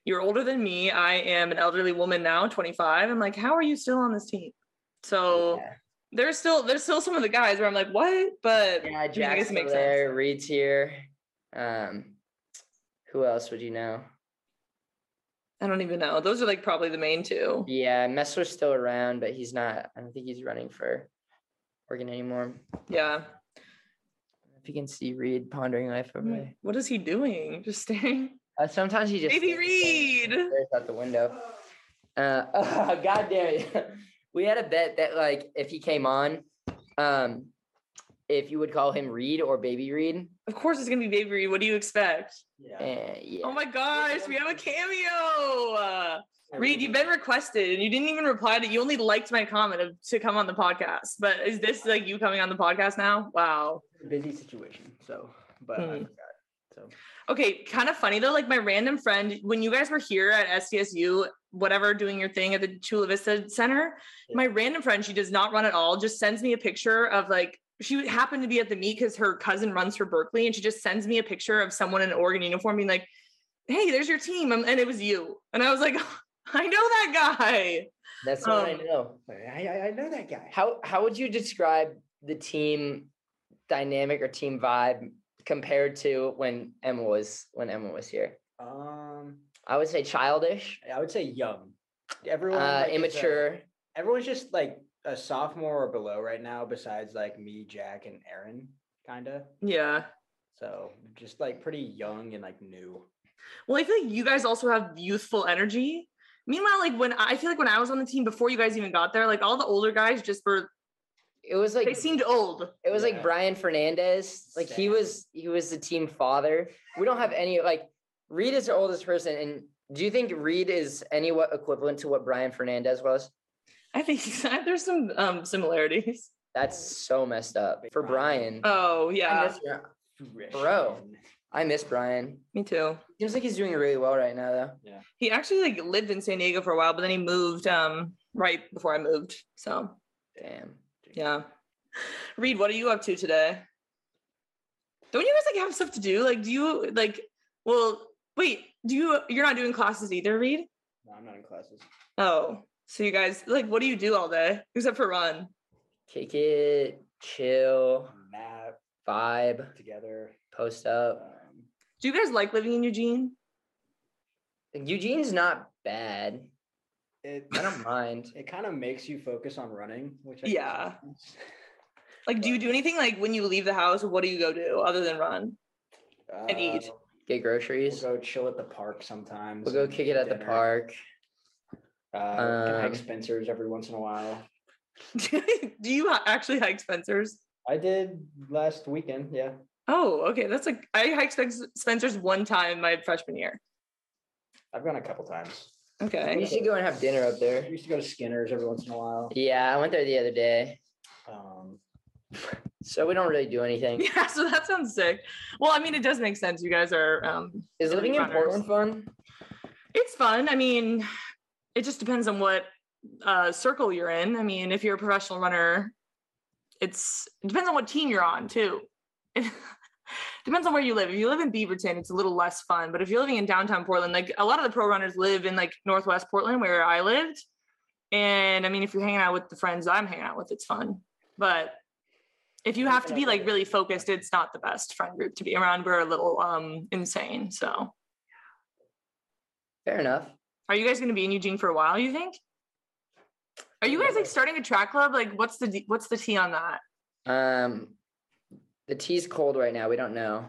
[SPEAKER 1] You're older than me. I am an elderly woman now, 25. I'm like, how are you still on this team? So
[SPEAKER 2] yeah,
[SPEAKER 1] there's still there's still some of the guys where I'm like, what? But I
[SPEAKER 2] yeah
[SPEAKER 1] mean, I guess
[SPEAKER 2] Jack's
[SPEAKER 1] it
[SPEAKER 2] still
[SPEAKER 1] makes sense.
[SPEAKER 2] there. Reed's here. Um, who else would you know?
[SPEAKER 1] I don't even know. Those are like probably the main two.
[SPEAKER 2] Yeah, Messler's still around, but he's not. I don't think he's running for Oregon anymore.
[SPEAKER 1] Yeah.
[SPEAKER 2] If you can see Reed pondering life over there.
[SPEAKER 1] What is he doing? Just staring?
[SPEAKER 2] Uh, sometimes he just
[SPEAKER 1] Baby
[SPEAKER 2] stares at the-
[SPEAKER 1] Reed!
[SPEAKER 2] stares out the window. Uh, God damn it! We had a bet that like if he came on, um, if you would call him Reed or Baby Reed.
[SPEAKER 1] Of course it's gonna be Baby Reed. What do you expect?
[SPEAKER 3] Yeah.
[SPEAKER 2] And yeah,
[SPEAKER 1] Oh my gosh, we have a cameo. Uh, Reed, you've been requested and you didn't even reply to you only liked my comment of, to come on the podcast. But is this like you coming on the podcast now? Wow.
[SPEAKER 3] Busy situation. So, but I
[SPEAKER 1] Hmm.
[SPEAKER 3] forgot. So,
[SPEAKER 1] Okay, kind of funny though. Like my random friend, when you guys were here at SDSU, whatever, doing your thing at the Chula Vista Center,
[SPEAKER 3] Yeah.
[SPEAKER 1] my random friend, she does not run at all, just sends me a picture of like, she happened to be at the meet because her cousin runs for Berkeley, and she just sends me a picture of someone in an Oregon uniform being like, hey, there's your team. Um, And it was you. And I was like, I know that guy.
[SPEAKER 2] that's what I
[SPEAKER 1] um,
[SPEAKER 2] know.
[SPEAKER 3] I, I, I know that guy.
[SPEAKER 2] How how would you describe the team dynamic or team vibe compared to when Emma was when Emma was here?
[SPEAKER 3] Um,
[SPEAKER 2] I would say childish,
[SPEAKER 3] I would say young. Everyone
[SPEAKER 2] uh,
[SPEAKER 3] like, is a-
[SPEAKER 2] immature.
[SPEAKER 3] everyone's just like a sophomore or below right now, besides like me, Jack, and Aaron, kind of.
[SPEAKER 1] Yeah.
[SPEAKER 3] So just like pretty young and like new.
[SPEAKER 1] Well, I feel like you guys also have youthful energy. Meanwhile, like when I feel like when I was on the team before you guys even got there, like all the older guys just were
[SPEAKER 2] It was like
[SPEAKER 1] they seemed old.
[SPEAKER 2] It was
[SPEAKER 3] Yeah.
[SPEAKER 2] like Brian Fernandez. Like he
[SPEAKER 3] Sad.
[SPEAKER 2] was he was the team father. We don't have any like Reed is the oldest person. And do you think Reed is any what equivalent to what Brian Fernandez was?
[SPEAKER 1] I think there's some um similarities.
[SPEAKER 2] That's so messed up. For Brian.
[SPEAKER 1] Oh yeah,
[SPEAKER 2] Bro. I miss Brian.
[SPEAKER 1] me too.
[SPEAKER 2] Seems like he's doing really well right now though.
[SPEAKER 1] He actually like lived in San Diego for a while, but then he moved um right before I moved. So
[SPEAKER 2] Damn.
[SPEAKER 1] yeah. Reed, what are you up to today? Don't you guys like have stuff to do? Like, do you like? Well, wait. Do you? You're not doing classes either, Reed.
[SPEAKER 3] No, I'm not in classes.
[SPEAKER 1] Oh, so you guys like what do you do all day except for run?
[SPEAKER 2] Kick it, chill,
[SPEAKER 3] Map
[SPEAKER 2] vibe,
[SPEAKER 3] together.
[SPEAKER 2] post up.
[SPEAKER 3] Um,
[SPEAKER 1] Do you guys like living in Eugene?
[SPEAKER 2] Eugene's not bad.
[SPEAKER 3] it
[SPEAKER 2] I don't mind.
[SPEAKER 3] it kind of makes you focus on running, which I
[SPEAKER 1] Yeah.
[SPEAKER 3] guess-
[SPEAKER 1] Like, do you do anything like when you leave the house? What do you go do other than run?
[SPEAKER 3] Uh,
[SPEAKER 1] And eat.
[SPEAKER 2] Get
[SPEAKER 3] We'll
[SPEAKER 2] groceries.
[SPEAKER 3] go chill at the park sometimes.
[SPEAKER 2] We'll go
[SPEAKER 3] and
[SPEAKER 2] kick
[SPEAKER 3] eat
[SPEAKER 2] it at the
[SPEAKER 3] dinner.
[SPEAKER 2] park.
[SPEAKER 3] Uh, we can
[SPEAKER 2] Um,
[SPEAKER 3] hike Spencer's every once in a while.
[SPEAKER 1] do you ha- actually hike Spencer's?
[SPEAKER 3] I did last weekend. Yeah.
[SPEAKER 1] Oh, okay. That's like I hiked Spen- Spencer's one time my freshman year.
[SPEAKER 3] I've gone a couple times.
[SPEAKER 2] We
[SPEAKER 1] Okay.
[SPEAKER 2] should go and have dinner up there.
[SPEAKER 3] I used to go to Skinner's every once in a while.
[SPEAKER 2] Yeah, I went there the other day.
[SPEAKER 3] Um,
[SPEAKER 2] So we don't really do anything.
[SPEAKER 1] Yeah, so that sounds sick. Well, I mean, it does make sense. You guys are. um
[SPEAKER 2] Is living in
[SPEAKER 1] Runners.
[SPEAKER 2] Portland fun?
[SPEAKER 1] It's fun. I mean, it just depends on what uh circle you're in. I mean, if you're a professional runner, it's it depends on what team you're on too. It depends on where you live. If you live in Beaverton, it's a little less fun. But if you're living in downtown Portland, like a lot of the pro runners live in like northwest Portland where I lived. And I mean, if you're hanging out with the friends I'm hanging out with, it's fun. But if you have to be like really focused, it's not the best friend group to be around. We're a little um insane. So
[SPEAKER 2] Fair enough.
[SPEAKER 1] are you guys going to be in Eugene for a while? You think? Are you guys like starting a track club? Like, what's the d- what's the tea on that?
[SPEAKER 2] Um, the tea's cold right now. We don't know.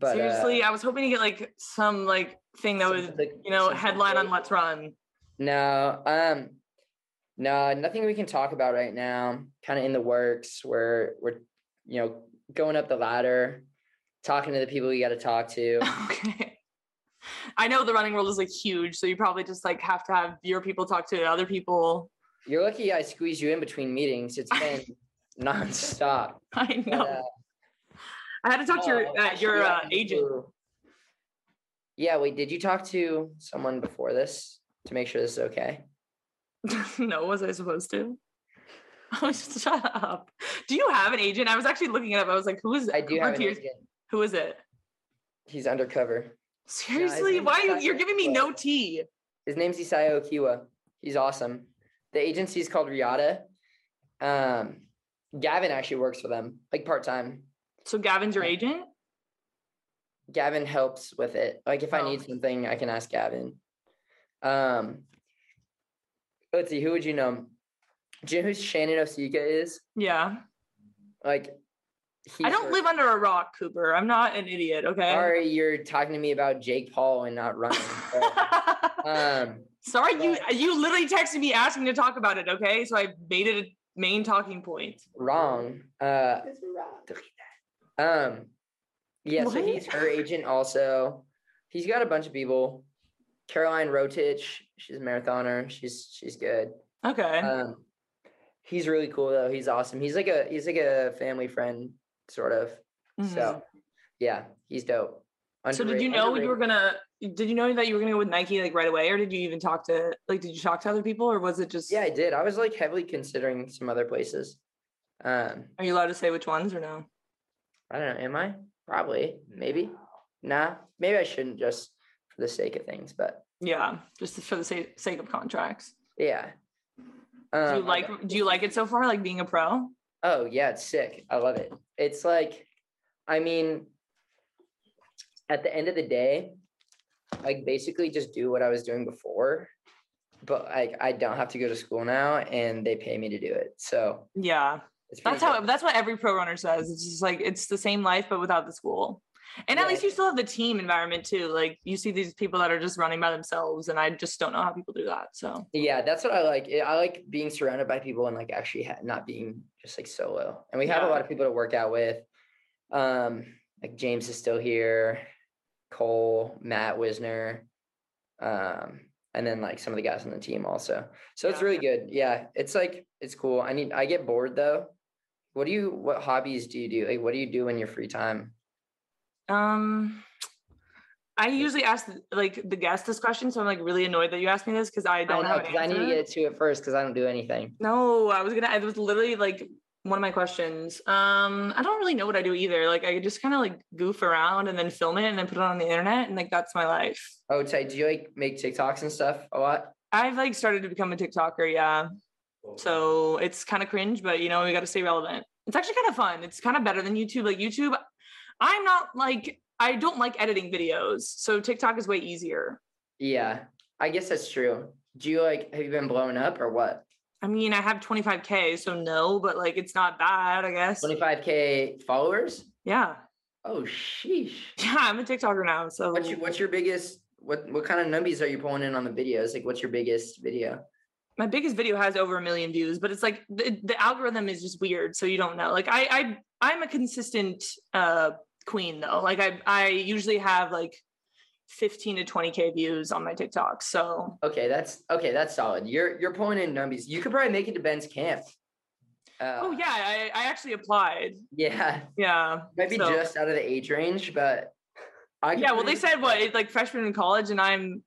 [SPEAKER 2] But uh,
[SPEAKER 1] Seriously, I was hoping to get like some like thing that was you know headline on Let's Run.
[SPEAKER 2] No, um, no, nothing we can talk about right now. Kind of in the works. We're we're you know going up the ladder, talking to the people we got to talk to.
[SPEAKER 1] okay. I know the running world is like huge, so you probably just like have to have your people talk to other people.
[SPEAKER 2] You're lucky I squeezed you in between meetings. It's been nonstop.
[SPEAKER 1] I
[SPEAKER 2] But,
[SPEAKER 1] know.
[SPEAKER 2] uh,
[SPEAKER 1] I had to talk to
[SPEAKER 2] Oh,
[SPEAKER 1] your uh,
[SPEAKER 2] actually,
[SPEAKER 1] your
[SPEAKER 2] I
[SPEAKER 1] uh,
[SPEAKER 2] need
[SPEAKER 1] agent.
[SPEAKER 2] to- Yeah, wait, did you talk to someone before this to make sure this is okay?
[SPEAKER 1] no, was I supposed to? Oh, shut up. Do you have an agent? I was actually looking it up. I was like, who is
[SPEAKER 2] I do
[SPEAKER 1] Cooper
[SPEAKER 2] have an
[SPEAKER 1] Tiers-
[SPEAKER 2] agent.
[SPEAKER 1] Who is it?
[SPEAKER 2] He's undercover.
[SPEAKER 1] Seriously,
[SPEAKER 2] been
[SPEAKER 1] why you,
[SPEAKER 2] stuck
[SPEAKER 1] you're
[SPEAKER 2] in
[SPEAKER 1] giving me
[SPEAKER 2] the-
[SPEAKER 1] no tea?
[SPEAKER 2] His name's Isaiah Okiwa. He's awesome. The agency is called Riata. Um, Gavin actually works for them, like part time.
[SPEAKER 1] So Gavin's your agent?
[SPEAKER 2] Gavin helps with it. Like if I
[SPEAKER 1] Oh.
[SPEAKER 2] need something, I can ask Gavin. Um, let's see, who would you know? Do you know who Shannon Osika is?
[SPEAKER 1] Yeah.
[SPEAKER 2] Like, he
[SPEAKER 1] I don't
[SPEAKER 2] live.
[SPEAKER 1] live under a rock, Cooper. I'm not an idiot, okay?
[SPEAKER 2] Sorry, you're talking to me about Jake Paul and not running. bro. um,
[SPEAKER 1] Sorry, you you literally texted me asking to talk about it, okay? So I made it a main talking point.
[SPEAKER 2] wrong. Uh, um, yeah. So
[SPEAKER 1] What?
[SPEAKER 2] he's her agent also. He's got a bunch of people. Caroline Rotich, she's a marathoner. She's she's good.
[SPEAKER 1] Okay.
[SPEAKER 2] Um, he's really cool though. He's awesome. He's like a he's like a family friend sort of.
[SPEAKER 1] Mhm.
[SPEAKER 2] So yeah, he's dope.
[SPEAKER 1] So did you
[SPEAKER 2] Underrate-
[SPEAKER 1] know you were
[SPEAKER 2] underrated.
[SPEAKER 1] gonna did you know that you were gonna go with Nike like right away or did you even talk to like did you talk to other people or was it just
[SPEAKER 2] Yeah, I did. I was like heavily considering some other places. Um,
[SPEAKER 1] are you allowed to say which ones or no?
[SPEAKER 2] I don't know. Am I? Probably. Maybe. Nah. Maybe I shouldn't just for the sake of things, but
[SPEAKER 1] Yeah, just for the sake, sake of contracts.
[SPEAKER 2] yeah.
[SPEAKER 1] Do
[SPEAKER 2] Um,
[SPEAKER 1] you
[SPEAKER 2] I
[SPEAKER 1] like
[SPEAKER 2] got-
[SPEAKER 1] do you like it so far like being a pro?
[SPEAKER 2] Oh yeah, it's sick. I love it. It's like, I mean, at the end of the day, like basically just do what I was doing before, but like I don't have to go to school now, and they pay me to do it. So
[SPEAKER 1] Yeah.
[SPEAKER 2] it's pretty
[SPEAKER 1] That's how.
[SPEAKER 2] dope.
[SPEAKER 1] That's what every pro runner says. It's just like it's the same life, but without the school. And at
[SPEAKER 2] Yeah.
[SPEAKER 1] least you still have the team environment too. Like you see these people that are just running by themselves, and I just don't know how people do that. So
[SPEAKER 2] Yeah, that's what I like. I- I like being surrounded by people and like actually ha- not being just like solo. And we have a
[SPEAKER 1] Yeah.
[SPEAKER 2] lot of people to work out with. Um, like James is still here, Cole, Matt Wisner, um, and then like some of the guys on the team also. So it's
[SPEAKER 1] Yeah.
[SPEAKER 2] really good. Yeah, it's like it's cool. I need. I get bored though. What do you? What hobbies do you do? Like, what do you do in your free time?
[SPEAKER 1] um I usually ask like the guest this question, so I'm like really annoyed that you asked me this because I
[SPEAKER 2] I
[SPEAKER 1] don't
[SPEAKER 2] know,
[SPEAKER 1] have an
[SPEAKER 2] 'cause I need to
[SPEAKER 1] answer.
[SPEAKER 2] get to it first because I don't do anything.
[SPEAKER 1] No, I was gonna. It was literally like one of my questions. Um, I don't really know what I do either. Like I just kind of like goof around and then film it and then put it on the internet and like that's my life.
[SPEAKER 2] Oh, Ty, do you like make TikToks and stuff a lot?
[SPEAKER 1] I've like started to become a TikToker, yeah. So it's kind of cringe, but you know we got to stay relevant. It's actually kind of fun. It's kind of better than YouTube. Like YouTube, I'm not like I don't like editing videos, so TikTok is way easier.
[SPEAKER 2] Yeah, I guess that's true. Do you like have you been blown up or what?
[SPEAKER 1] I mean, I have 25k, so no, but like it's not bad, I guess.
[SPEAKER 2] 25k followers?
[SPEAKER 1] Yeah,
[SPEAKER 2] Oh sheesh.
[SPEAKER 1] yeah, I'm a TikToker now. So
[SPEAKER 2] What's your what's your biggest what what kind of numbies are you pulling in on the videos? Like what's your biggest video?
[SPEAKER 1] my biggest video has over a million views but it's like the, the algorithm is just weird so you don't know like i i i'm a consistent uh queen though like i i usually have like 15 to 20k views on my tiktok so
[SPEAKER 2] Okay, that's okay, that's solid. You're you're pulling in numbies. You could probably make it to Ben's camp. Uh,
[SPEAKER 1] oh yeah i i actually applied
[SPEAKER 2] Yeah.
[SPEAKER 1] yeah
[SPEAKER 2] Maybe
[SPEAKER 1] So-
[SPEAKER 2] just out of the age range, but I could
[SPEAKER 1] yeah well they
[SPEAKER 2] probably-
[SPEAKER 1] said what it's like freshman in college and i'm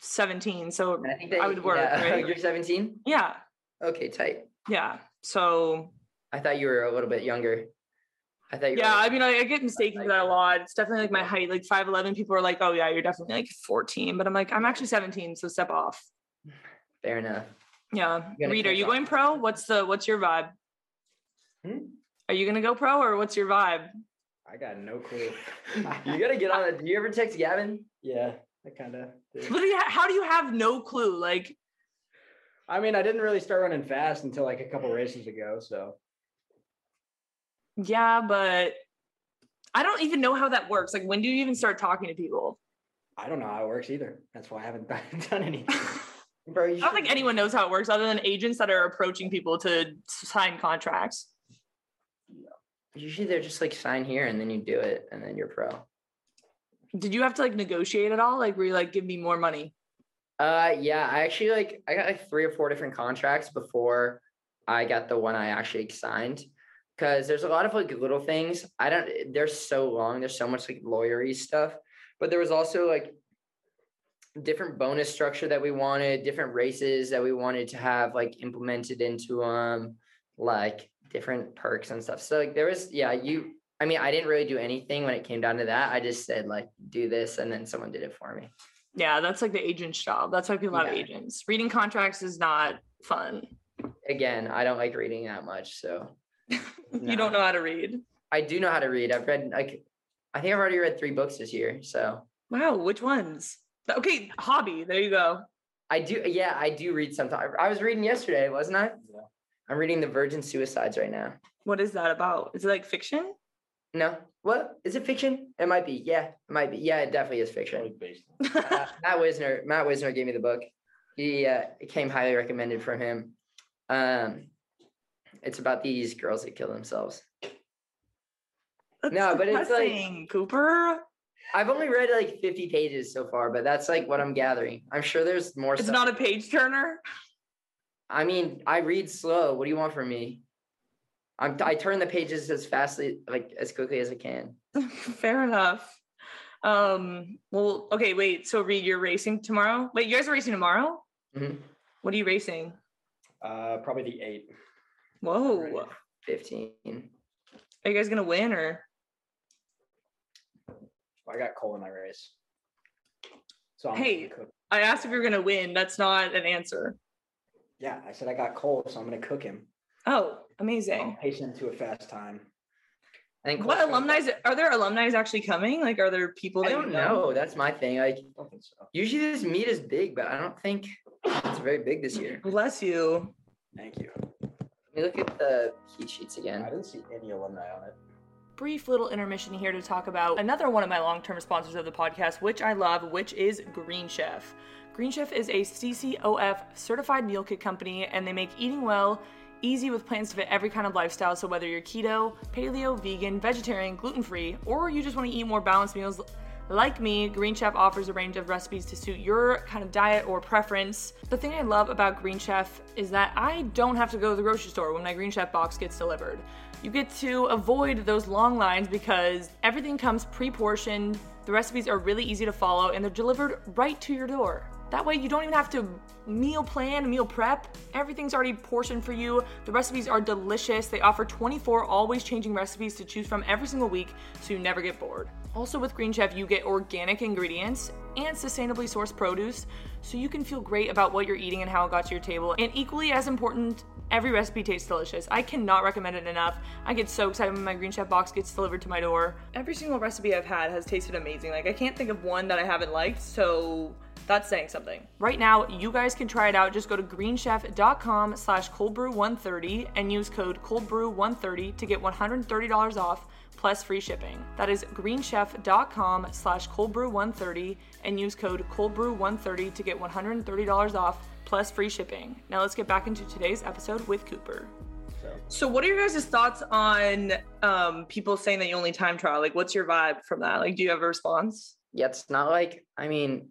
[SPEAKER 1] 17 so
[SPEAKER 2] I think that
[SPEAKER 1] I
[SPEAKER 2] you-
[SPEAKER 1] would work,
[SPEAKER 2] yeah.
[SPEAKER 1] right?
[SPEAKER 2] You're 17?
[SPEAKER 1] yeah
[SPEAKER 2] Okay, tight.
[SPEAKER 1] yeah so
[SPEAKER 2] I thought you were a little bit younger. I thought you
[SPEAKER 1] yeah
[SPEAKER 2] were
[SPEAKER 1] i mean I, I get mistaken for that a lot it's definitely like my height like 5'11 people are like oh yeah you're definitely like 14 but i'm like i'm actually 17 so step off
[SPEAKER 2] fair enough.
[SPEAKER 1] Yeah.
[SPEAKER 2] You gotta
[SPEAKER 1] Reed, are
[SPEAKER 2] catch
[SPEAKER 1] you
[SPEAKER 2] up.
[SPEAKER 1] going pro? What's the what's your vibe?
[SPEAKER 3] Hmm?
[SPEAKER 1] Are you gonna go pro or what's your vibe?
[SPEAKER 3] I got no clue.
[SPEAKER 2] you gotta get on it. Do you ever text Gavin?
[SPEAKER 3] yeah, I kind of.
[SPEAKER 1] Literally, h- how do you have no clue? Like,
[SPEAKER 3] I mean, I didn't really start running fast until like a couple races ago. So
[SPEAKER 1] yeah, but I don't even know how that works. Like, when do you even start talking to people?
[SPEAKER 3] I don't know how it works either. That's why I haven't done
[SPEAKER 1] I
[SPEAKER 3] anything. Bro, you
[SPEAKER 1] don't
[SPEAKER 3] should-
[SPEAKER 1] think anyone knows how it works other than agents that are approaching people to sign contracts.
[SPEAKER 2] Usually they're just like sign here and then you do it and then you're pro.
[SPEAKER 1] Did you have to like negotiate at all? Like, were you like, give me more money?
[SPEAKER 2] Uh yeah, I actually like I got like three or four different contracts before I got the one I actually signed. Cause there's a lot of like little things. I don't they're so long. There's so much like lawyery stuff. But there was also like different bonus structure that we wanted, different races that we wanted to have like implemented into um like different perks and stuff. So like there was yeah, you I mean I didn't really do anything when it came down to that. I just said like do this and then someone did it for me.
[SPEAKER 1] Yeah, that's like the agent's job. That's why people have
[SPEAKER 2] Yeah.
[SPEAKER 1] agents. Reading contracts is not fun.
[SPEAKER 2] again, I don't like reading that much, so
[SPEAKER 1] You don't
[SPEAKER 2] Nah.
[SPEAKER 1] know how to read.
[SPEAKER 2] I do know how to read. I've read like I think I've already read three books this year, so
[SPEAKER 1] Wow, which ones? Okay, hobby. There you go.
[SPEAKER 2] I do. Yeah, I do read sometimes. I was reading yesterday, wasn't I?
[SPEAKER 3] Yeah.
[SPEAKER 2] I'm reading the Virgin Suicides right now.
[SPEAKER 1] What is that about? Is it like fiction?
[SPEAKER 2] No, what is it fiction? It might be. Yeah, it might be. Yeah, it definitely is
[SPEAKER 3] Probably
[SPEAKER 2] fiction.
[SPEAKER 3] based on-
[SPEAKER 2] Uh, Matt Wisner. Matt Wisner gave me the book. He uh, it came highly recommended from him. Um, it's about these girls that kill themselves. No, but it's like-
[SPEAKER 1] like Cooper.
[SPEAKER 2] I've only read like 50 pages so far, but that's like what I'm gathering. I'm sure there's more
[SPEAKER 1] It's
[SPEAKER 2] stuff.
[SPEAKER 1] not a page turner.
[SPEAKER 2] I mean, I read slow. What do you want from me? I'm I turn the pages as fastly, like as quickly as I can.
[SPEAKER 1] Fair enough. Um, well, okay, wait. So Reed, you're racing tomorrow? Wait, you guys are racing tomorrow?
[SPEAKER 2] Mhm.
[SPEAKER 1] What are you racing?
[SPEAKER 3] uh, probably the eight.
[SPEAKER 1] Whoa.
[SPEAKER 2] Alright. 15.
[SPEAKER 1] Are you guys gonna win or
[SPEAKER 3] I got Cole in my race. So I'm
[SPEAKER 1] Hey.
[SPEAKER 3] gonna cook.
[SPEAKER 1] I asked if you were gonna win. That's not an answer.
[SPEAKER 3] Yeah, I said I got Cole, so I'm gonna cook him.
[SPEAKER 1] Oh, amazing.
[SPEAKER 3] I'll pace him to a fast time.
[SPEAKER 2] I think
[SPEAKER 1] What
[SPEAKER 2] Cole's-
[SPEAKER 1] alumni are there alumni actually coming? Like are there people
[SPEAKER 2] I
[SPEAKER 1] that you
[SPEAKER 2] don't know. That's my thing. Like
[SPEAKER 3] I don't think so.
[SPEAKER 2] usually this meet is big, but I don't think it's very big this year.
[SPEAKER 1] Bless you.
[SPEAKER 3] Thank you.
[SPEAKER 2] Let me look at the heat sheets
[SPEAKER 3] I
[SPEAKER 2] again.
[SPEAKER 3] didn't see any alumni on it.
[SPEAKER 1] brief little intermission here to talk about another one of my long term sponsors of the podcast, which I love, which is Green Chef. Green Chef is a CCOF certified meal kit company, and they make eating well easy with plans to fit every kind of lifestyle. So, whether you're keto, paleo, vegan, vegetarian, gluten free, or you just want to eat more balanced meals, like me, Green Chef offers a range of recipes to suit your kind of diet or preference. The thing I love about Green Chef is that I don't have to go to the grocery store when my Green Chef box gets delivered. You get to avoid those long lines because everything comes pre portioned, the recipes are really easy to follow, and they're delivered right to your door. That way, you don't even have to meal plan, meal prep. Everything's already portioned for you. The recipes are delicious. They offer 24 always changing recipes to choose from every single week, so you never get bored. Also, with Green Chef, you get organic ingredients and sustainably sourced produce, so you can feel great about what you're eating and how it got to your table. And equally as important, every recipe tastes delicious. I cannot recommend it enough. I get so excited when my Green Chef box gets delivered to my door. Every single recipe I've had has tasted amazing. Like, I can't think of one that I haven't liked, so that's saying something. Right now, you guys can try it out. Just go to greenchef.com slash coldbrew130 and use code coldbrew130 to get $130 off plus free shipping. That is greenchef.com slash coldbrew130 and use code coldbrew130 to get $130 off plus free shipping. Now let's get back into today's episode with Cooper.
[SPEAKER 3] So
[SPEAKER 1] So what are your guys' thoughts on um, people saying that you only time trial? Like what's your vibe from that? Like do you have a response?
[SPEAKER 2] Yeah, it's not like I mean,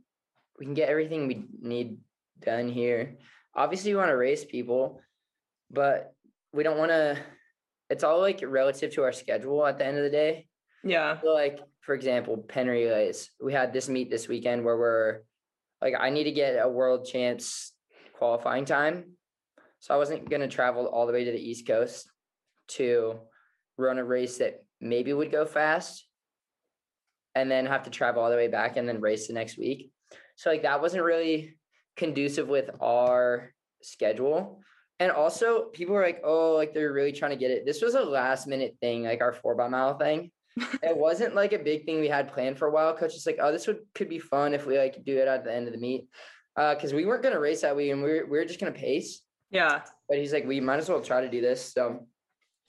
[SPEAKER 2] we can get everything we need done here. Obviously, we want to raise people, but we don't want to. It's all like relative to our schedule at the end of the day.
[SPEAKER 1] Yeah.
[SPEAKER 2] So, like for example, pen relays. We had this meet this weekend where we're like, I need to get a world champs qualifying time. So I wasn't gonna travel all the way to the East Coast to run a race that maybe would go fast and then have to travel all the way back and then race the next week. So like that wasn't really conducive with our schedule. And also people were like, oh, like they're really trying to get it. This was a last minute thing, like our four by mile thing it wasn't like a big thing we had planned for a while. Coach was like, "Oh, this would could be fun if we like do it at the end of the meet," because we weren't gonna race that week and we were, we were just gonna pace.
[SPEAKER 1] Yeah.
[SPEAKER 2] But he's like, "We might as well try to do this." So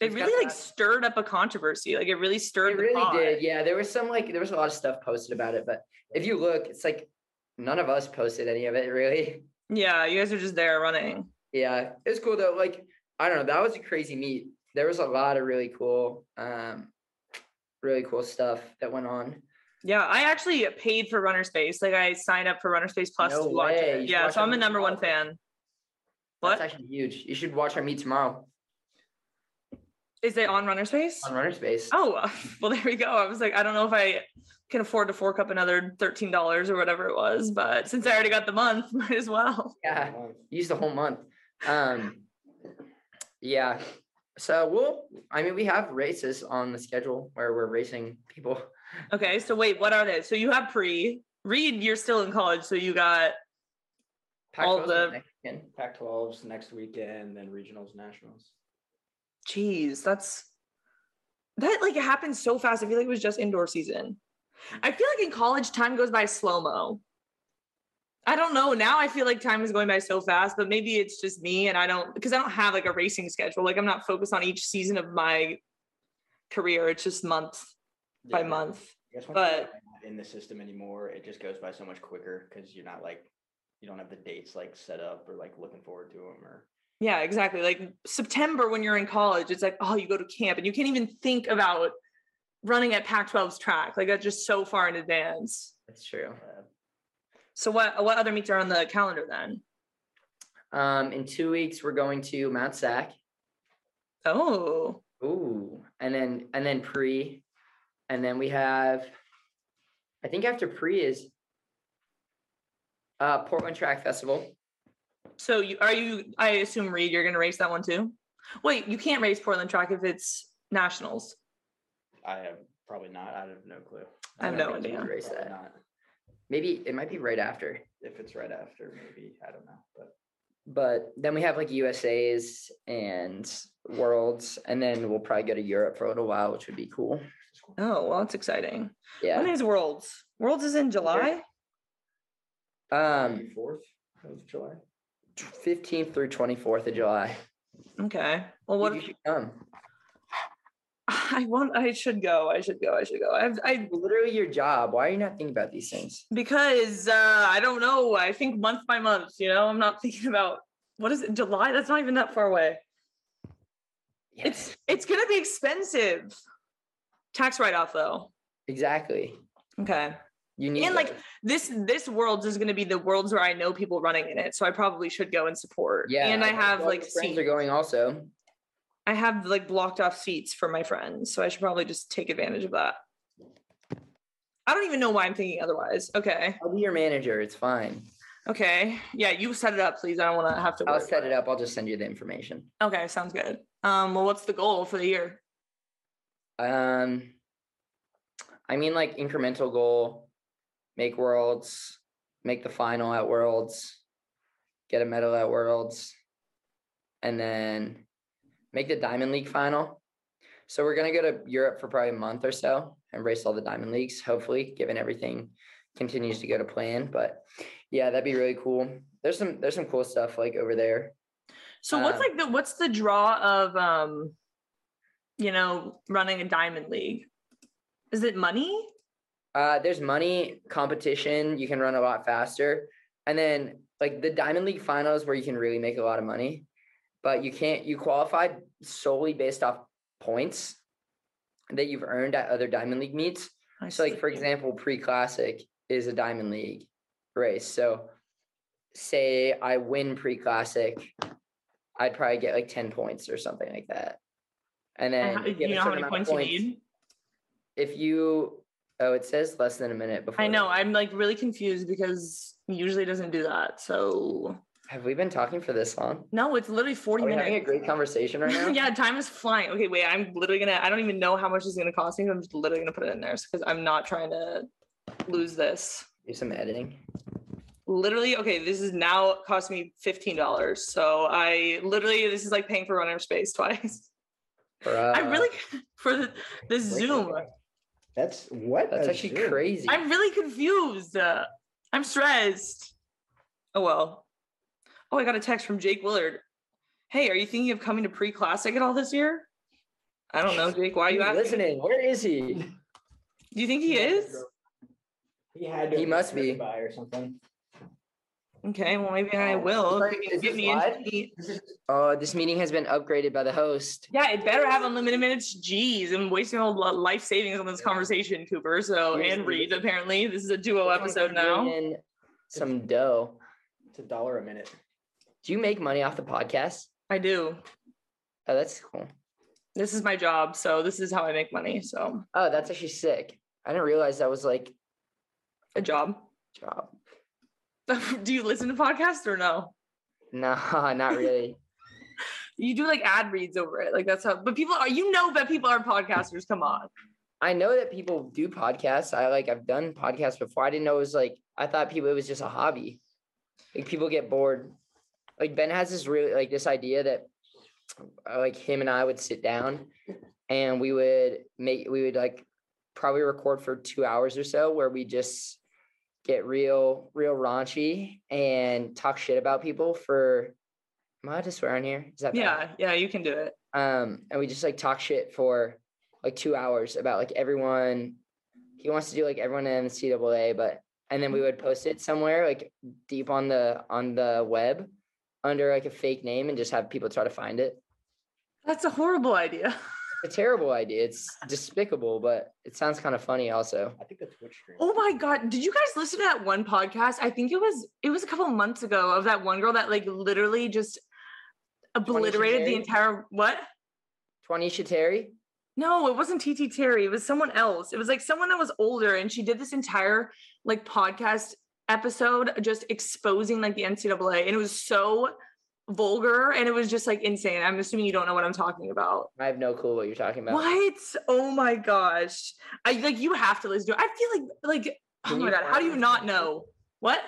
[SPEAKER 1] It
[SPEAKER 2] It's
[SPEAKER 1] really
[SPEAKER 2] got
[SPEAKER 1] like
[SPEAKER 2] that-
[SPEAKER 1] stirred up a controversy. Like it really stirred
[SPEAKER 2] it
[SPEAKER 1] the
[SPEAKER 2] really
[SPEAKER 1] pot.
[SPEAKER 2] did. Yeah, there was some like there was a lot of stuff posted about it, but if you look, it's like none of us posted any of it really.
[SPEAKER 1] Yeah, you guys are just there running.
[SPEAKER 2] Yeah, it was cool though. Like I don't know, that was a crazy meet. There was a lot of really cool, um, really cool stuff that went on.
[SPEAKER 1] Yeah, I actually paid for Runner Space. Like I signed up for Runner Space Plus
[SPEAKER 2] No
[SPEAKER 1] to watch
[SPEAKER 2] way. You
[SPEAKER 1] it.
[SPEAKER 2] should
[SPEAKER 1] Yeah,
[SPEAKER 2] watch
[SPEAKER 1] so
[SPEAKER 2] it
[SPEAKER 1] I'm a
[SPEAKER 2] with
[SPEAKER 1] number one
[SPEAKER 2] Metallica.
[SPEAKER 1] fan.
[SPEAKER 2] That's
[SPEAKER 1] What
[SPEAKER 2] actually huge. You should watch our meet tomorrow
[SPEAKER 1] is it on Runner Space?
[SPEAKER 2] on Runner Space.
[SPEAKER 1] Oh, well, there we go. I was like, I don't know if I can afford to fork up another thirteen dollars or whatever it was, but since I already got the month, might as well.
[SPEAKER 2] Yeah, use the whole month. Um, yeah. So we'll. I mean, we have races on the schedule where we're racing people.
[SPEAKER 1] Okay, so wait, what are they? So you have pre Reed. You're still in college, so you got All
[SPEAKER 2] Pac-12 's
[SPEAKER 1] the-
[SPEAKER 2] next weekend.
[SPEAKER 3] Pac 12s next weekend, then regionals, nationals.
[SPEAKER 1] Jeez, that's that like it happens so fast. I feel like it was just indoor season. I feel like in college time goes by slow mo. I don't know. Now I feel like time is going by so fast, but maybe it's just me and I don't because I don't have like a racing schedule. Like I'm not focused on each season of my career. It's just month by
[SPEAKER 3] Yeah.
[SPEAKER 1] month.
[SPEAKER 3] I guess once you're
[SPEAKER 1] but-
[SPEAKER 3] not in the system anymore, it just goes by so much quicker because you're not like you don't have the dates like set up or like looking forward to them or
[SPEAKER 1] Yeah, exactly. Like September when you're in college, it's like, oh, you go to camp and you can't even think about running at Pac 12's track. Like that's just so far in advance.
[SPEAKER 2] That's true.
[SPEAKER 3] uh,
[SPEAKER 1] So what what other meets are on the calendar then?
[SPEAKER 2] Um, in two weeks we're going to Mount Sac.
[SPEAKER 1] Oh,
[SPEAKER 2] Ooh, and then and then pre, and then we have. I think after pre is. Uh, Portland Track Festival.
[SPEAKER 1] so you are you? I assume Reed, you're going to race that one too. Wait, you can't race Portland track if it's nationals.
[SPEAKER 3] I have probably not. I have no clue.
[SPEAKER 1] I have
[SPEAKER 2] don't
[SPEAKER 1] no
[SPEAKER 2] think we
[SPEAKER 1] idea.
[SPEAKER 2] would Race
[SPEAKER 3] Probably
[SPEAKER 2] that.
[SPEAKER 3] not.
[SPEAKER 2] Maybe it might be right after.
[SPEAKER 3] If it's right after, maybe I don't know. But
[SPEAKER 2] but then we have like USA's and worlds, and then we'll probably go to Europe for a little while, which would be cool.
[SPEAKER 3] it's cool.
[SPEAKER 1] Oh, well, that's exciting.
[SPEAKER 2] Yeah.
[SPEAKER 1] When is Worlds? Worlds is in July.
[SPEAKER 2] Um,
[SPEAKER 3] fourth of July.
[SPEAKER 2] fifteenth through twenty fourth of July.
[SPEAKER 1] Okay. Well, what
[SPEAKER 2] Dude, you should come?
[SPEAKER 1] I want. I should go. I should go. I should go. I've, I
[SPEAKER 2] Literally your job. Why are you not thinking about these things?
[SPEAKER 1] because uh, I don't know. I think month by month. You know, I'm not thinking about what is it July. That's not even that far away. It's it's gonna be expensive. Tax write off though.
[SPEAKER 2] exactly.
[SPEAKER 1] Okay.
[SPEAKER 2] You need
[SPEAKER 1] And, like,
[SPEAKER 2] those.
[SPEAKER 1] This this world is gonna be the worlds where I know people running in it, so I probably should go and support.
[SPEAKER 2] yeah.
[SPEAKER 1] And I have
[SPEAKER 2] Well,
[SPEAKER 1] like
[SPEAKER 2] your friends
[SPEAKER 1] seats.
[SPEAKER 2] are going also.
[SPEAKER 1] I have like blocked off seats for my friends, so I should probably just take advantage of that. I don't even know why I'm thinking otherwise. Okay.
[SPEAKER 2] I'll be your manager. It's fine.
[SPEAKER 1] Okay. Yeah, you set it up, please. I don't want to have to.
[SPEAKER 2] I'll
[SPEAKER 1] worry
[SPEAKER 2] set
[SPEAKER 1] about
[SPEAKER 2] it up. I'll just send you the information.
[SPEAKER 1] Okay, sounds good. Um, well, what's the goal for the year?
[SPEAKER 2] Um, I mean, like incremental goal, make worlds, make the final at worlds, get a medal at worlds, and then make the Diamond League final. So we're gonna go to Europe for probably a month or so and race all the Diamond Leagues. Hopefully, given everything continues to go to plan, but yeah, that'd be really cool. There's some there's some cool stuff like over there.
[SPEAKER 1] So what's
[SPEAKER 2] Um,
[SPEAKER 1] like the what's the draw of um, you know, running a diamond league? Is it money?
[SPEAKER 2] Uh, there's money, competition. You can run a lot faster, and then like the Diamond League Finals, where you can really make a lot of money, but you can't. You qualify solely based off points that you've earned at other Diamond League meets.
[SPEAKER 1] I
[SPEAKER 2] So, like for
[SPEAKER 1] see.
[SPEAKER 2] example, Pre Classic is a Diamond League race. So, say I win Pre Classic, I'd probably get like ten points or something like that. And then
[SPEAKER 1] And how-
[SPEAKER 2] if
[SPEAKER 1] you
[SPEAKER 2] have a
[SPEAKER 1] know how
[SPEAKER 2] certain
[SPEAKER 1] many
[SPEAKER 2] amount of
[SPEAKER 1] points, you need?
[SPEAKER 2] If you oh, it says less than a minute before.
[SPEAKER 1] I
[SPEAKER 2] the-
[SPEAKER 1] know. I'm like really confused because it usually doesn't do that. So
[SPEAKER 2] Have we been talking for this long?
[SPEAKER 1] no, it's literally 40
[SPEAKER 2] Are we having a
[SPEAKER 1] minutes.
[SPEAKER 2] great conversation right now?
[SPEAKER 1] yeah, time is flying. Okay, wait. I'm literally gonna. I don't even know how much it's gonna cost me. But I'm just literally gonna put it in there because I'm not trying to lose this.
[SPEAKER 2] Do some editing.
[SPEAKER 1] Literally, okay. This is now cost me fifteen dollars. So I literally, this is like paying for runner space twice. I'm
[SPEAKER 2] Bruh,
[SPEAKER 1] really for the, the
[SPEAKER 2] Uh, wait,
[SPEAKER 1] Zoom.
[SPEAKER 3] That's what?
[SPEAKER 2] That's
[SPEAKER 3] A
[SPEAKER 2] actually
[SPEAKER 3] Zoom.
[SPEAKER 2] crazy.
[SPEAKER 1] I'm really confused. Uh, I'm stressed. Oh well. Oh, I got a text from Jake Willard. Hey, are you thinking of coming to pre-classic at all this year? I don't know, Jake. Why are
[SPEAKER 2] He's
[SPEAKER 1] you asking?
[SPEAKER 2] listening? Where is he?
[SPEAKER 1] Do you think he is?
[SPEAKER 3] He had to.
[SPEAKER 2] He
[SPEAKER 3] have
[SPEAKER 2] must
[SPEAKER 3] driven
[SPEAKER 2] be.
[SPEAKER 3] By or something.
[SPEAKER 1] Okay, well maybe I will. if
[SPEAKER 2] Oh, Is
[SPEAKER 1] you can
[SPEAKER 2] this
[SPEAKER 1] get me into
[SPEAKER 2] live?
[SPEAKER 1] the-
[SPEAKER 2] Oh, this meeting has been upgraded by the host.
[SPEAKER 1] Yeah, it better have unlimited minutes. Jeez, I'm wasting all li- life savings on this conversation, Cooper. So and
[SPEAKER 2] Seriously.
[SPEAKER 1] Reed, apparently, this is a duo
[SPEAKER 2] Someone's
[SPEAKER 1] episode now.
[SPEAKER 2] bringing in Some dough.
[SPEAKER 3] It's a dollar a minute.
[SPEAKER 2] Do you make money off the podcast?
[SPEAKER 1] I do.
[SPEAKER 2] Oh, that's cool.
[SPEAKER 1] This is my job, so this is how I make money. So
[SPEAKER 2] Oh, that's actually sick. I didn't realize that was like
[SPEAKER 1] a job.
[SPEAKER 2] a job.
[SPEAKER 1] do you listen to podcasts or no?
[SPEAKER 2] Nah, not really.
[SPEAKER 1] You do like ad reads over it, like that's how. But people are, you know, that people are podcasters. Come on.
[SPEAKER 2] I know that people do podcasts. I like I've done podcasts before. I didn't know it was like I thought people it was just a hobby. Like people get bored. Like Ben has this really like this idea that uh, like him and I would sit down and we would make we would like probably record for 2 hours or so where we just get real real raunchy and talk shit about people for am I allowed to swear on here? Is that bad?
[SPEAKER 1] Yeah, yeah, you can do it.
[SPEAKER 2] um and we just like talk shit for like two hours about like everyone he wants to do like everyone in ncaa but and then we would post it somewhere like deep on the on the web under like a fake name and just have people try to find it
[SPEAKER 1] That's a horrible idea.
[SPEAKER 2] a terrible idea it's despicable but it sounds kind of funny also
[SPEAKER 3] I think the Twitch stream.
[SPEAKER 1] Oh my god, did you guys listen to that one podcast? I think it was it was a couple months ago of that one girl that like literally just obliterated the
[SPEAKER 2] Terry?
[SPEAKER 1] entire what?
[SPEAKER 2] 20 shateri
[SPEAKER 1] No, it wasn't TT Terry. It was someone else. It was like someone that was older and she did this entire like podcast episode just exposing like the NCAA and it was so vulgar and it was just like insane. I'm assuming you don't know what I'm talking about.
[SPEAKER 2] i have no clue what you're talking about
[SPEAKER 1] What? Oh my gosh. I like you have to listen to it. I feel like like oh
[SPEAKER 2] Can
[SPEAKER 1] my
[SPEAKER 2] you
[SPEAKER 1] god, how do
[SPEAKER 2] find
[SPEAKER 1] you
[SPEAKER 2] it?
[SPEAKER 1] not know? What?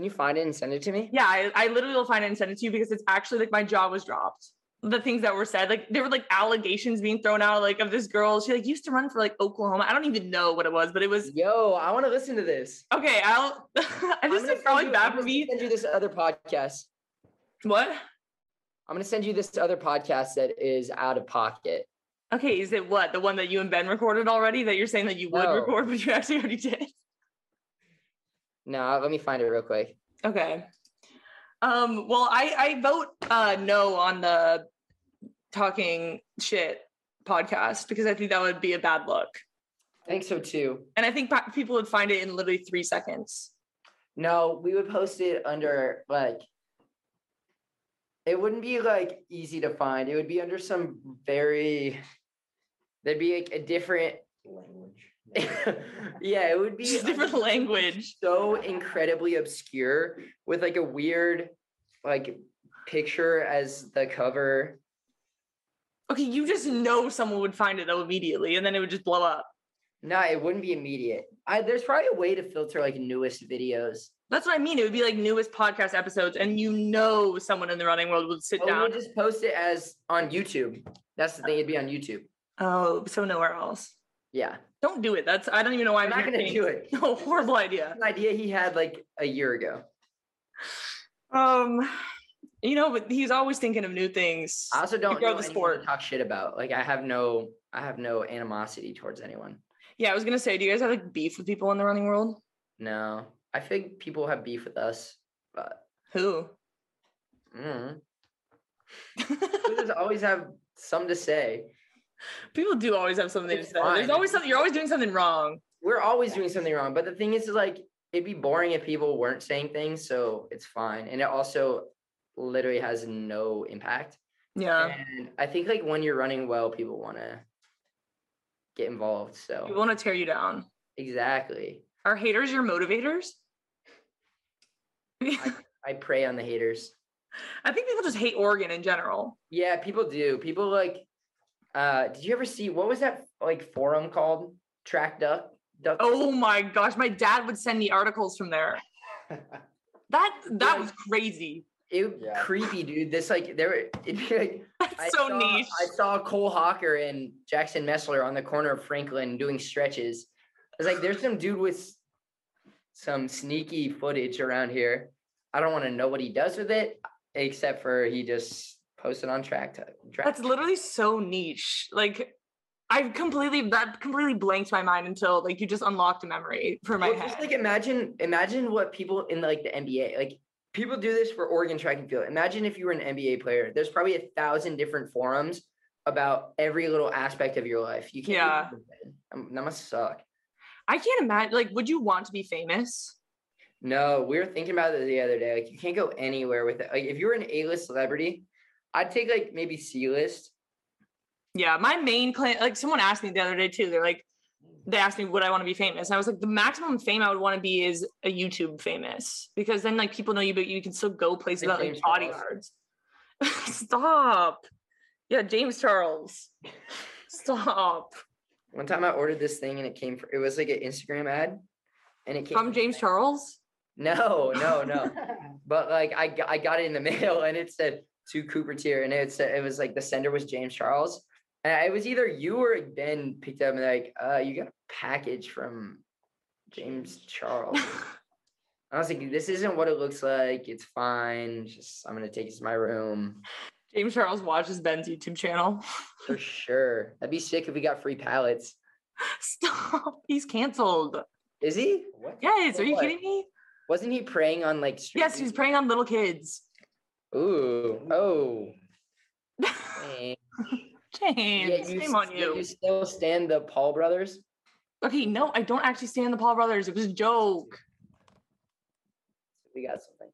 [SPEAKER 2] can you find it and send it to me
[SPEAKER 1] Yeah, I, I literally will find it and send it to you because it's actually like my jaw was dropped. The things that were said, like there were like allegations being thrown out, like of this girl. She like used to run for like Oklahoma. I don't even know what it was, but it was
[SPEAKER 2] yo i want to listen to this
[SPEAKER 1] okay. I'll. I
[SPEAKER 2] I'm
[SPEAKER 1] just
[SPEAKER 2] gonna
[SPEAKER 1] think
[SPEAKER 2] send
[SPEAKER 1] probably
[SPEAKER 2] you-
[SPEAKER 1] bad
[SPEAKER 2] I'm
[SPEAKER 1] for
[SPEAKER 2] gonna
[SPEAKER 1] me.
[SPEAKER 2] send you this other podcast
[SPEAKER 1] What?
[SPEAKER 2] I'm gonna send you this other podcast that is out of pocket.
[SPEAKER 1] Okay, is it what the one that you and Ben recorded already that you're saying that you would
[SPEAKER 2] No.
[SPEAKER 1] record, but you actually already did?
[SPEAKER 2] No, let me find it real quick.
[SPEAKER 1] Okay. Um, well, I, I vote uh, no on the talking shit podcast because I think that would be a bad look.
[SPEAKER 2] I think so too.
[SPEAKER 1] And I think pa- people would find it in literally three seconds.
[SPEAKER 2] No, we would post it under like it wouldn't be like easy to find. It would be under some very there'd be like a different
[SPEAKER 3] language.
[SPEAKER 2] yeah, it would be
[SPEAKER 1] Just
[SPEAKER 2] under
[SPEAKER 1] different language.
[SPEAKER 2] so incredibly obscure with like a weird like picture as the cover.
[SPEAKER 1] Okay, you just know someone would find it though immediately, and then it would just blow up.
[SPEAKER 2] No, it wouldn't be immediate. I there's probably a way to filter like newest videos.
[SPEAKER 1] That's what I mean. It would be like newest podcast episodes, and you know someone in the running world would sit
[SPEAKER 2] But
[SPEAKER 1] down.
[SPEAKER 2] we'll just post it as on YouTube. That's the thing, it'd be on YouTube.
[SPEAKER 1] oh, so nowhere else.
[SPEAKER 2] Yeah.
[SPEAKER 1] Don't do it. That's I don't even know why
[SPEAKER 2] I'm not gonna do it.
[SPEAKER 1] No, horrible idea.
[SPEAKER 2] an idea he had like a year ago.
[SPEAKER 1] Um, you know, but he's always thinking of new things.
[SPEAKER 2] I also don't
[SPEAKER 1] grow
[SPEAKER 2] know
[SPEAKER 1] the
[SPEAKER 2] anyone
[SPEAKER 1] sport.
[SPEAKER 2] to talk shit about. Like I have no, I have no animosity towards anyone.
[SPEAKER 1] yeah, I was gonna say, do you guys have like beef with people in the running world?
[SPEAKER 2] No, I think people have beef with us, but
[SPEAKER 1] Who?
[SPEAKER 2] mm, we just always have some to say.
[SPEAKER 1] people do always have something to
[SPEAKER 2] It's
[SPEAKER 1] say. There's
[SPEAKER 2] fine.
[SPEAKER 1] always something. You're always doing something wrong.
[SPEAKER 2] We're always doing something wrong, but the thing is, is like it'd be boring if people weren't saying things, so it's fine. And it also literally has no impact.
[SPEAKER 1] Yeah.
[SPEAKER 2] and I think like when you're running well, people want to get involved. So
[SPEAKER 1] People want to tear you down.
[SPEAKER 2] exactly,
[SPEAKER 1] Are haters your motivators? I
[SPEAKER 2] I prey on the haters.
[SPEAKER 1] think people just hate Oregon in general.
[SPEAKER 2] Yeah, people do. People like uh did you ever see what was that like forum called? Track duck duck.
[SPEAKER 1] Oh my gosh, my dad would send me articles from there. That that
[SPEAKER 2] Yeah.
[SPEAKER 1] was crazy.
[SPEAKER 2] it
[SPEAKER 3] Yeah.
[SPEAKER 2] creepy, dude. This like there were- it'd be like I
[SPEAKER 1] That's so
[SPEAKER 2] saw,
[SPEAKER 1] niche.
[SPEAKER 2] I saw Cole Hawker and Jackson Messler on the corner of Franklin doing stretches. I was like, there's some dude with s- some sneaky footage around here. I don't want to know what he does with it, except for he just posted on track Duck- track.
[SPEAKER 1] That's literally so niche. Like I've completely that completely blanked my mind until like you just unlocked a memory for my
[SPEAKER 2] Well,
[SPEAKER 1] head.
[SPEAKER 2] just like imagine, imagine what people in like the NBA, like people do this for Oregon track and field. Imagine if you were an NBA player. There's probably a thousand different forums about every little aspect of your life. You can't. do
[SPEAKER 1] Yeah.
[SPEAKER 2] anything. Um, That must suck.
[SPEAKER 1] I can't imagine like would you want to be famous?
[SPEAKER 2] No, we were thinking about it the other day. Like you can't go anywhere with it. Like if you were an A-list celebrity, I'd take like maybe C-list.
[SPEAKER 1] Yeah, my main plan like someone asked me the other day too. They're like they asked me would I want to be famous? And I was like the maximum fame I would want to be is a YouTube famous because then like people know you but you can still go places
[SPEAKER 2] Like
[SPEAKER 1] without like
[SPEAKER 2] James Charles.
[SPEAKER 1] bodyguards. Stop. Yeah, James Charles. Stop.
[SPEAKER 2] One time I ordered this thing and it came for it was like an Instagram ad, and it came
[SPEAKER 1] From James Charles?
[SPEAKER 2] No, no, no. but like I, g- I got it in the mail and it said to Cooper Tier and it said it was like the sender was James Charles and I- it was either you or Ben picked up and like uh you got a package from James Charles. I was like, this isn't what it looks like. It's fine. Just I'm gonna take it to my room
[SPEAKER 1] James Charles watches Ben's YouTube channel.
[SPEAKER 2] for sure. That'd be sick if we got free pallets.
[SPEAKER 1] Stop. He's canceled.
[SPEAKER 2] Is he?
[SPEAKER 3] what?
[SPEAKER 1] Yes.
[SPEAKER 2] For
[SPEAKER 1] Are you
[SPEAKER 2] what?
[SPEAKER 1] kidding me?
[SPEAKER 2] Wasn't he preying on like? street
[SPEAKER 1] Yes. He's
[SPEAKER 2] people?
[SPEAKER 1] preying on little kids.
[SPEAKER 2] Ooh. Oh. dang.
[SPEAKER 1] James,
[SPEAKER 2] Yeah,
[SPEAKER 1] shame on
[SPEAKER 2] st-
[SPEAKER 1] you.
[SPEAKER 2] You still stand the Paul brothers?
[SPEAKER 1] Okay. No, I don't actually stand the Paul brothers. It was a joke.
[SPEAKER 2] We got something.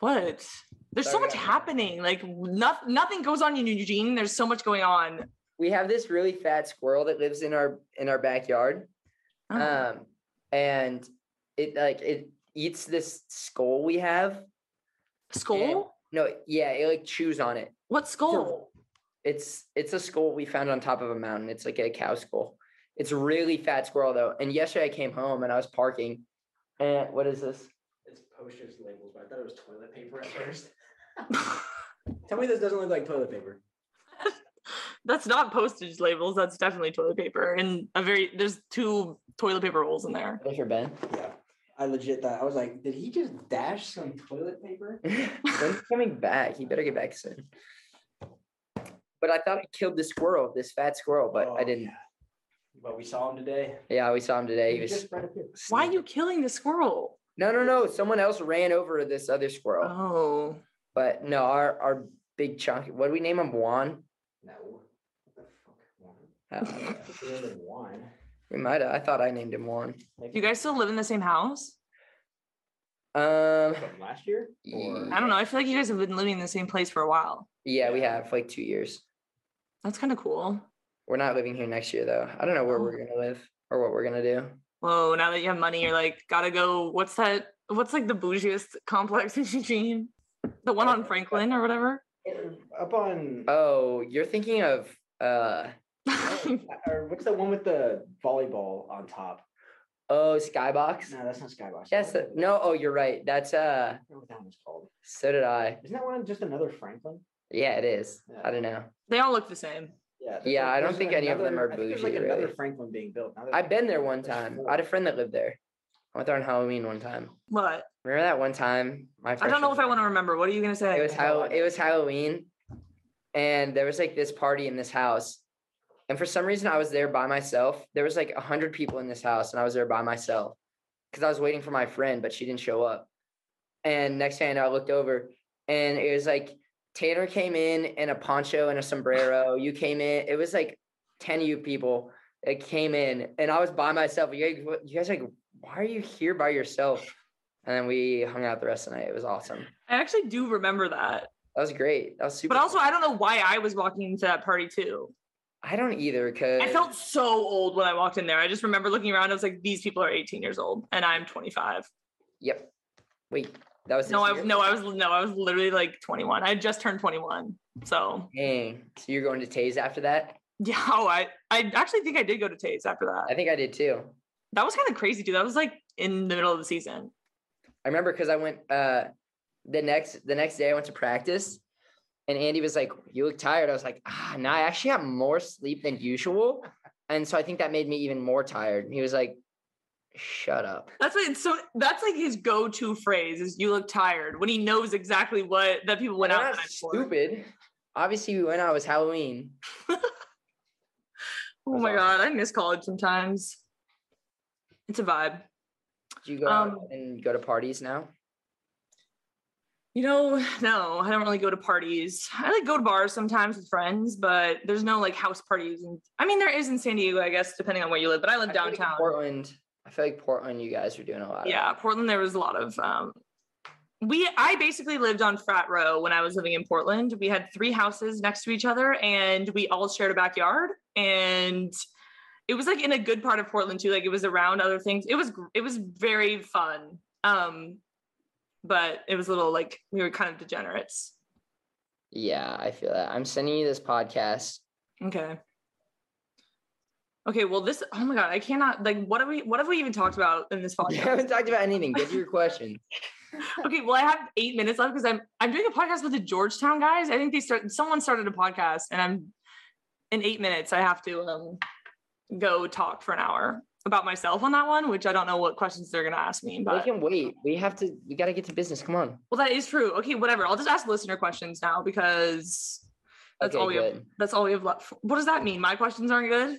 [SPEAKER 1] What? There's so
[SPEAKER 2] Sorry,
[SPEAKER 1] much
[SPEAKER 2] I-
[SPEAKER 1] happening. Like nothing. Nothing goes on in Eugene. There's so much going on.
[SPEAKER 2] We have this really fat squirrel that lives in our in our backyard,
[SPEAKER 1] Oh,
[SPEAKER 2] um, and it like it eats this skull we have.
[SPEAKER 1] skull?
[SPEAKER 2] No, yeah, it like chews on it.
[SPEAKER 1] what skull?
[SPEAKER 2] It's it's a skull we found on top of a mountain. It's like a cow skull. It's a really fat squirrel though. And yesterday I came home and I was parking, and what is this?
[SPEAKER 3] It's posters and labels, but I thought it was toilet paper at first. Tell me this doesn't look like toilet paper.
[SPEAKER 1] that's not postage labels. That's definitely toilet paper. And a very there's two toilet paper rolls in there.
[SPEAKER 2] There's your Ben.
[SPEAKER 3] Yeah. I legit thought I was like, did he just dash some toilet paper?
[SPEAKER 2] When's he coming back? He better get back soon. but I thought I killed the squirrel, this fat squirrel, but I
[SPEAKER 3] Oh,
[SPEAKER 2] didn't.
[SPEAKER 3] yeah. But we saw him today.
[SPEAKER 2] Yeah, we saw him today. He was
[SPEAKER 3] just right up here.
[SPEAKER 1] Why are you killing the squirrel?
[SPEAKER 2] no, no, no. Someone else ran over this other squirrel,
[SPEAKER 1] Oh,
[SPEAKER 2] but no, our our big chunky. What do we name him? Juan.
[SPEAKER 3] No. What the fuck? Juan?
[SPEAKER 2] I don't know.
[SPEAKER 3] That's the end of Juan.
[SPEAKER 2] we might. have I thought I named him Juan.
[SPEAKER 3] Like,
[SPEAKER 1] you guys still live in the same house?
[SPEAKER 2] Um.
[SPEAKER 3] from last year?
[SPEAKER 2] Ye-
[SPEAKER 1] I don't know. I feel like you guys have been living in the same place for a while.
[SPEAKER 2] Yeah, we have for like two years.
[SPEAKER 1] That's kind of cool.
[SPEAKER 2] We're not living here next year though. I don't know where we're
[SPEAKER 1] Oh.
[SPEAKER 2] gonna live or what we're gonna do.
[SPEAKER 1] Whoa, now that you have money, you're like, gotta go. What's that? What's like the bougiest complex in Eugene? The one on Franklin or whatever?
[SPEAKER 3] Up on
[SPEAKER 2] Oh, you're thinking of uh
[SPEAKER 3] or what's that one with the volleyball on top?
[SPEAKER 2] oh Skybox.
[SPEAKER 3] No, that's not Skybox.
[SPEAKER 2] Yes. uh, No. Oh, you're right. That's uh.
[SPEAKER 3] I don't know what that one's called.
[SPEAKER 2] So did I.
[SPEAKER 3] Isn't that one just another Franklin?
[SPEAKER 2] Yeah, it is. I
[SPEAKER 3] Yeah.
[SPEAKER 2] don't know.
[SPEAKER 1] they all look the same.
[SPEAKER 3] Yeah. there's
[SPEAKER 2] Yeah,
[SPEAKER 3] like-
[SPEAKER 2] I don't
[SPEAKER 3] there's
[SPEAKER 2] think any of them
[SPEAKER 3] another-
[SPEAKER 2] are
[SPEAKER 3] I think There's like
[SPEAKER 2] bougie,
[SPEAKER 3] another
[SPEAKER 2] really.
[SPEAKER 3] Franklin being built. now that-
[SPEAKER 2] I've been there one
[SPEAKER 3] There's
[SPEAKER 2] time.
[SPEAKER 3] four.
[SPEAKER 2] I had a friend that lived there. I went there on Halloween one time.
[SPEAKER 1] But
[SPEAKER 2] Remember that one time? My
[SPEAKER 1] I don't know if I want to remember. What are you gonna say?
[SPEAKER 2] It was how it was Halloween, and there was like this party in this house, and for some reason I was there by myself. There was like a hundred people in this house, and I was there by myself because I was waiting for my friend, but she didn't show up. And next thing I know, I looked over, and it was like Tanner came in in a poncho and a sombrero. You came in. It was like ten of you people that came in, and I was by myself. You guys, you guys like, why are you here by yourself? And then we hung out the rest of the night. It was awesome.
[SPEAKER 1] I actually do remember that.
[SPEAKER 2] That was great. That was super.
[SPEAKER 1] But also
[SPEAKER 2] fun.
[SPEAKER 1] I don't know why I was walking into that party too.
[SPEAKER 2] I don't either because
[SPEAKER 1] I felt so old when I walked in there. I just remember looking around. I was like, these people are 18 years old and I'm 25.
[SPEAKER 2] Yep. Wait, that was
[SPEAKER 1] No,
[SPEAKER 2] this
[SPEAKER 1] I
[SPEAKER 2] year?
[SPEAKER 1] no, I was no, I was literally like 21. I had just turned 21. So
[SPEAKER 2] Dang. So you're going to Taze after that?
[SPEAKER 1] yeah, oh, I I actually think I did go to Tate's after
[SPEAKER 2] I
[SPEAKER 1] that.
[SPEAKER 2] think I did too.
[SPEAKER 1] That was kind of crazy, dude. That was like in the middle of the season.
[SPEAKER 2] I remember because I went uh the next the next day I went to practice, and Andy was like, "You look tired." I was like, "Ah, no, I actually got more sleep than usual," and so I think that made me even more tired. And he was like, "Shut up."
[SPEAKER 1] That's like so. That's like his go-to phrase is "You look tired" when he knows exactly what that people went
[SPEAKER 2] We're
[SPEAKER 1] out.
[SPEAKER 2] not
[SPEAKER 1] the night before.
[SPEAKER 2] stupid. Obviously, we went out. It was Halloween.
[SPEAKER 1] Oh my god, I miss college sometimes. It's a vibe.
[SPEAKER 2] Do you go out
[SPEAKER 1] Um,
[SPEAKER 2] and go to parties now?
[SPEAKER 1] You know, no, I don't really go to parties. I like go to bars sometimes with friends, but there's no like house parties. And I mean, there is in San Diego, I guess, depending on where you live. But I live
[SPEAKER 2] I feel like in
[SPEAKER 1] downtown.
[SPEAKER 2] Portland. I feel like Portland, you guys are doing a lot. Of
[SPEAKER 1] yeah portland there was a lot of um we i basically lived on frat row when i was living in portland we had three houses next to each other and we all shared a backyard and it was like in a good part of portland too like it was around other things it was gr- it was very fun um but it was a little like we were kind of degenerates
[SPEAKER 2] Yeah, I feel that. I'm sending you this podcast.
[SPEAKER 1] okay okay well this oh my god i cannot like what have we what have we even talked about in this
[SPEAKER 2] We
[SPEAKER 1] podcast
[SPEAKER 2] haven't talked about anything. Get to your question.
[SPEAKER 1] Okay, well, I have eight minutes left because I'm I'm doing a podcast with the Georgetown guys. I think they start someone started a podcast, and I'm in eight minutes. I have to um go talk for an hour about myself on that one, which I don't know what questions they're gonna ask me.
[SPEAKER 2] We
[SPEAKER 1] But
[SPEAKER 2] can wait. We have to. We got to get to business. Come on.
[SPEAKER 1] well, that is true. Okay, whatever. I'll just ask listener questions now because that's
[SPEAKER 2] Okay,
[SPEAKER 1] all we have.
[SPEAKER 2] good.
[SPEAKER 1] That's all we have left. What does that mean? My questions aren't good.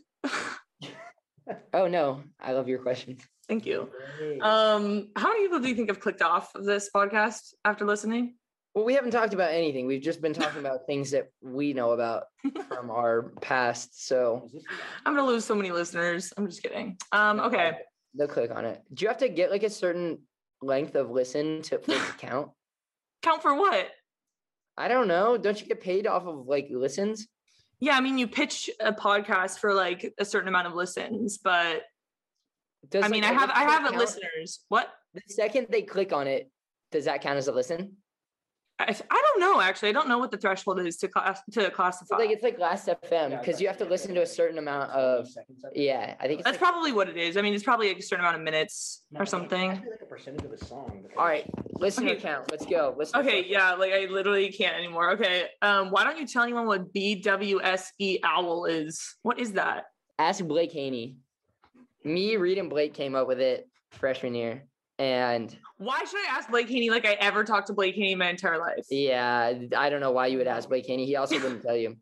[SPEAKER 2] Oh no, I love your question.
[SPEAKER 1] Thank you.
[SPEAKER 3] Hey.
[SPEAKER 1] Um, how many people do you think have clicked off of this podcast after listening?
[SPEAKER 2] Well, we haven't talked about anything. We've just been talking about things that we know about from our past. So
[SPEAKER 3] Is this-
[SPEAKER 1] I'm gonna lose so many listeners. I'm just kidding. Um, okay.
[SPEAKER 2] they'll click on it. Do you have to get like a certain length of listen to for it to count?
[SPEAKER 1] Count for what?
[SPEAKER 2] I don't know. Don't you get paid off of like listens?
[SPEAKER 1] Yeah, I mean, you pitch a podcast for like a certain amount of listens, but
[SPEAKER 2] Does,
[SPEAKER 1] I mean, I
[SPEAKER 2] like,
[SPEAKER 1] have
[SPEAKER 2] a
[SPEAKER 1] I
[SPEAKER 2] listen
[SPEAKER 1] have it
[SPEAKER 2] count?
[SPEAKER 1] listeners. What?
[SPEAKER 2] The second they click on it, does that count as a listen?
[SPEAKER 1] I, I don't know actually. I don't know what the threshold is to class to classify.
[SPEAKER 2] It's like it's like Last FM
[SPEAKER 3] Yeah,
[SPEAKER 2] because you have to
[SPEAKER 3] exactly.
[SPEAKER 2] listen to a certain amount of
[SPEAKER 3] Seconds up?
[SPEAKER 2] Uh, yeah. I think it's
[SPEAKER 1] That's
[SPEAKER 2] like-
[SPEAKER 1] probably what it is. I mean, it's probably like a certain amount of minutes
[SPEAKER 3] No, I
[SPEAKER 1] or
[SPEAKER 3] mean,
[SPEAKER 1] something.
[SPEAKER 3] actually, Like a percentage of a song. because-
[SPEAKER 2] all right. Listen
[SPEAKER 1] Okay.
[SPEAKER 2] count. Let's go. Listen.
[SPEAKER 1] Okay, yeah, like I literally can't anymore. Okay, um, why don't you tell anyone what BWSE E owl is? What is that?
[SPEAKER 2] Ask Blake Haney. Me, Reed, and Blake came up with it freshman year, and
[SPEAKER 1] Why should I ask Blake Haney like I ever talked to Blake Haney in my entire life?
[SPEAKER 2] yeah, I don't know why you would ask Blake Haney. He also wouldn't tell you.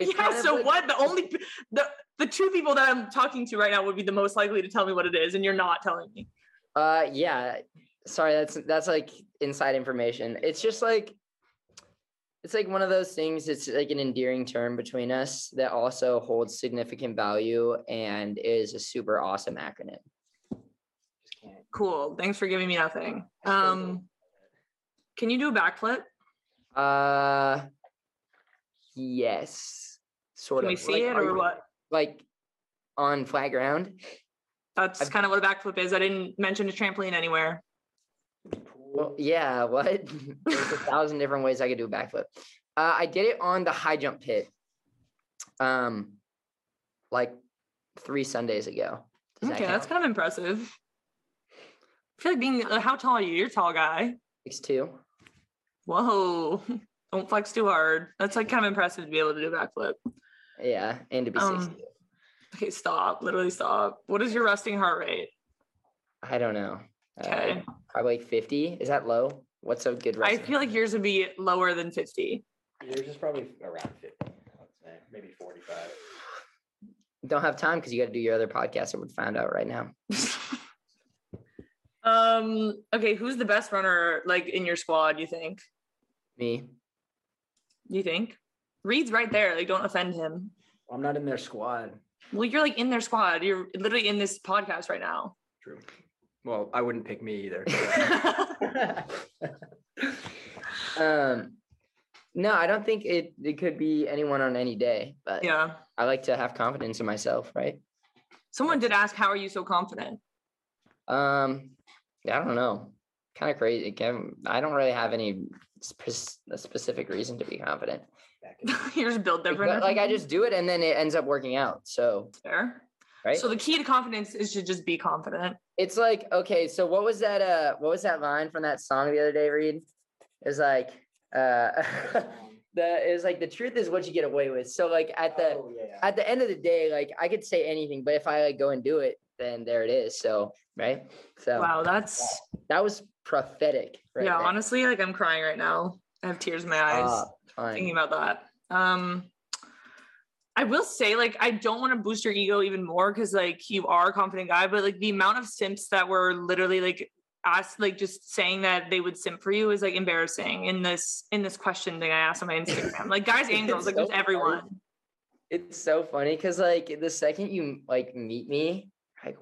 [SPEAKER 2] It's kind
[SPEAKER 1] yeah.
[SPEAKER 2] of
[SPEAKER 1] So
[SPEAKER 2] like-
[SPEAKER 1] what? The only p- the the two people that I'm talking to right now would be the most likely to tell me what it is, and you're not telling me.
[SPEAKER 2] Uh, yeah. Sorry, that's that's like inside information. It's just like it's like one of those things. It's like an endearing term between us that also holds significant value and is a super awesome acronym.
[SPEAKER 3] Just can't.
[SPEAKER 1] Cool. Thanks for giving me nothing.
[SPEAKER 3] I still don't
[SPEAKER 1] Um, can you do a backflip?
[SPEAKER 2] Uh, yes, sort
[SPEAKER 1] Can
[SPEAKER 2] of.
[SPEAKER 1] we see
[SPEAKER 2] like,
[SPEAKER 1] it or what?
[SPEAKER 2] Like on flat ground.
[SPEAKER 1] That's
[SPEAKER 2] I've-
[SPEAKER 1] kind of what a backflip is. I didn't mention a trampoline anywhere.
[SPEAKER 2] Well, yeah, what? There's a thousand different ways I could do a backflip. Uh, I did it on the high jump pit, um, like three Sundays ago. Does that
[SPEAKER 1] Okay, that's
[SPEAKER 2] count?
[SPEAKER 1] kind of impressive. I feel like being uh, how tall are you? You're a tall guy.
[SPEAKER 2] Six two.
[SPEAKER 1] Whoa. Don't flex too hard. That's like kind of impressive to be able to do a backflip.
[SPEAKER 2] Yeah, and to be
[SPEAKER 1] Um,
[SPEAKER 2] six.
[SPEAKER 1] Okay, stop. Literally stop. What is your resting heart rate?
[SPEAKER 2] I don't know. Uh,
[SPEAKER 1] Okay.
[SPEAKER 2] probably fifty. Is that low? What's a good?
[SPEAKER 1] I
[SPEAKER 2] rest-
[SPEAKER 1] feel like yours would be lower than 50.
[SPEAKER 3] Yours is probably around 50, I would say, maybe 45.
[SPEAKER 2] don't have time because you got to do your other podcast. I would find out right now.
[SPEAKER 1] um, okay, who's the best runner like in your squad, you think?
[SPEAKER 2] Me.
[SPEAKER 1] You think? Reed's right there. Like, don't offend him.
[SPEAKER 3] I'm not in their squad.
[SPEAKER 1] Well, you're like in their squad. You're literally in this podcast right now.
[SPEAKER 3] True. Well, I wouldn't pick me either.
[SPEAKER 2] Um, no, I don't think it. It could be anyone on any day, but
[SPEAKER 1] yeah.
[SPEAKER 2] I like to have confidence in myself, right?
[SPEAKER 1] Someone did ask, how are you so confident?
[SPEAKER 2] Um, yeah, I don't know. Kind of crazy. Again, I don't really have any spe- a specific reason to be confident.
[SPEAKER 3] Back in-
[SPEAKER 1] Yours built
[SPEAKER 2] Like,
[SPEAKER 1] different. or
[SPEAKER 2] but, like I
[SPEAKER 1] something?
[SPEAKER 2] just do it, and then it ends up working out. So
[SPEAKER 1] fair.
[SPEAKER 2] right,
[SPEAKER 1] So the key to confidence is to just be confident.
[SPEAKER 2] it's like okay. So what was that? Uh, what was that line from that song the other day? Reed It was like, uh, the it was like the truth is what you get away with. So like at the
[SPEAKER 3] Oh, yeah.
[SPEAKER 2] at the end of the day, like I could say anything, but if I like go and do it, then there it is. So right, so
[SPEAKER 1] Wow, that's
[SPEAKER 2] that was prophetic. Right
[SPEAKER 1] yeah.
[SPEAKER 2] there.
[SPEAKER 1] Honestly, like I'm crying right now. I have tears in my eyes
[SPEAKER 2] Ah, fine.
[SPEAKER 1] thinking about that. Um, I will say, like, I don't want to boost your ego even more because, like, you are a confident guy, but like the amount of simps that were literally like asked, like, just saying that they would simp for you is like embarrassing in this in this question thing I asked on my Instagram. like, guys and girls, like,
[SPEAKER 2] So
[SPEAKER 1] just everyone.
[SPEAKER 2] It's so funny because like the second you like meet me, like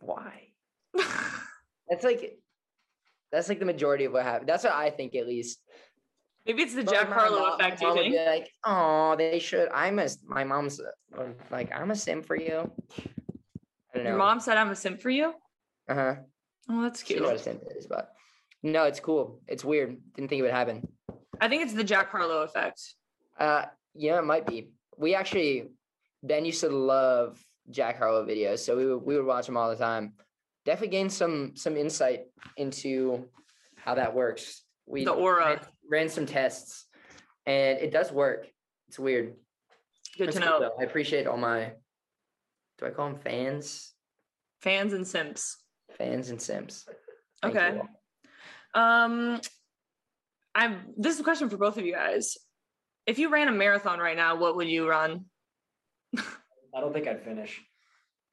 [SPEAKER 2] why? That's like that's like the majority of what happened. That's what I think at least.
[SPEAKER 1] Maybe it's the
[SPEAKER 2] But
[SPEAKER 1] Jack
[SPEAKER 2] my
[SPEAKER 1] Harlow
[SPEAKER 2] mom-
[SPEAKER 1] effect. You
[SPEAKER 2] my mom would
[SPEAKER 1] think?
[SPEAKER 2] be like, oh, they should. I'm a s- my mom's uh, um, like I'm a sim for you. I don't know.
[SPEAKER 1] Your mom said I'm a simp for you.
[SPEAKER 2] Uh huh.
[SPEAKER 1] Oh, that's
[SPEAKER 2] She
[SPEAKER 1] cute.
[SPEAKER 2] knows what a sim is, but no, it's cool. It's weird. Didn't think it would happen.
[SPEAKER 1] I think it's the Jack Harlow effect.
[SPEAKER 2] Uh, yeah, it might be. We actually, Ben used to love Jack Harlow videos, so we would we would watch them all the time. Definitely gained some some insight into how that works. We
[SPEAKER 1] The aura.
[SPEAKER 2] ran, ran some tests, and it does work. It's weird.
[SPEAKER 1] Good
[SPEAKER 2] It's
[SPEAKER 1] to
[SPEAKER 2] cool,
[SPEAKER 1] know.
[SPEAKER 2] though. I appreciate all my. Do I call them fans?
[SPEAKER 1] Fans and simps.
[SPEAKER 2] Fans and Sims.
[SPEAKER 1] Okay. Um, I'm. This is a question for both of you guys. If you ran a marathon right now, what would you run?
[SPEAKER 3] I don't think I'd finish.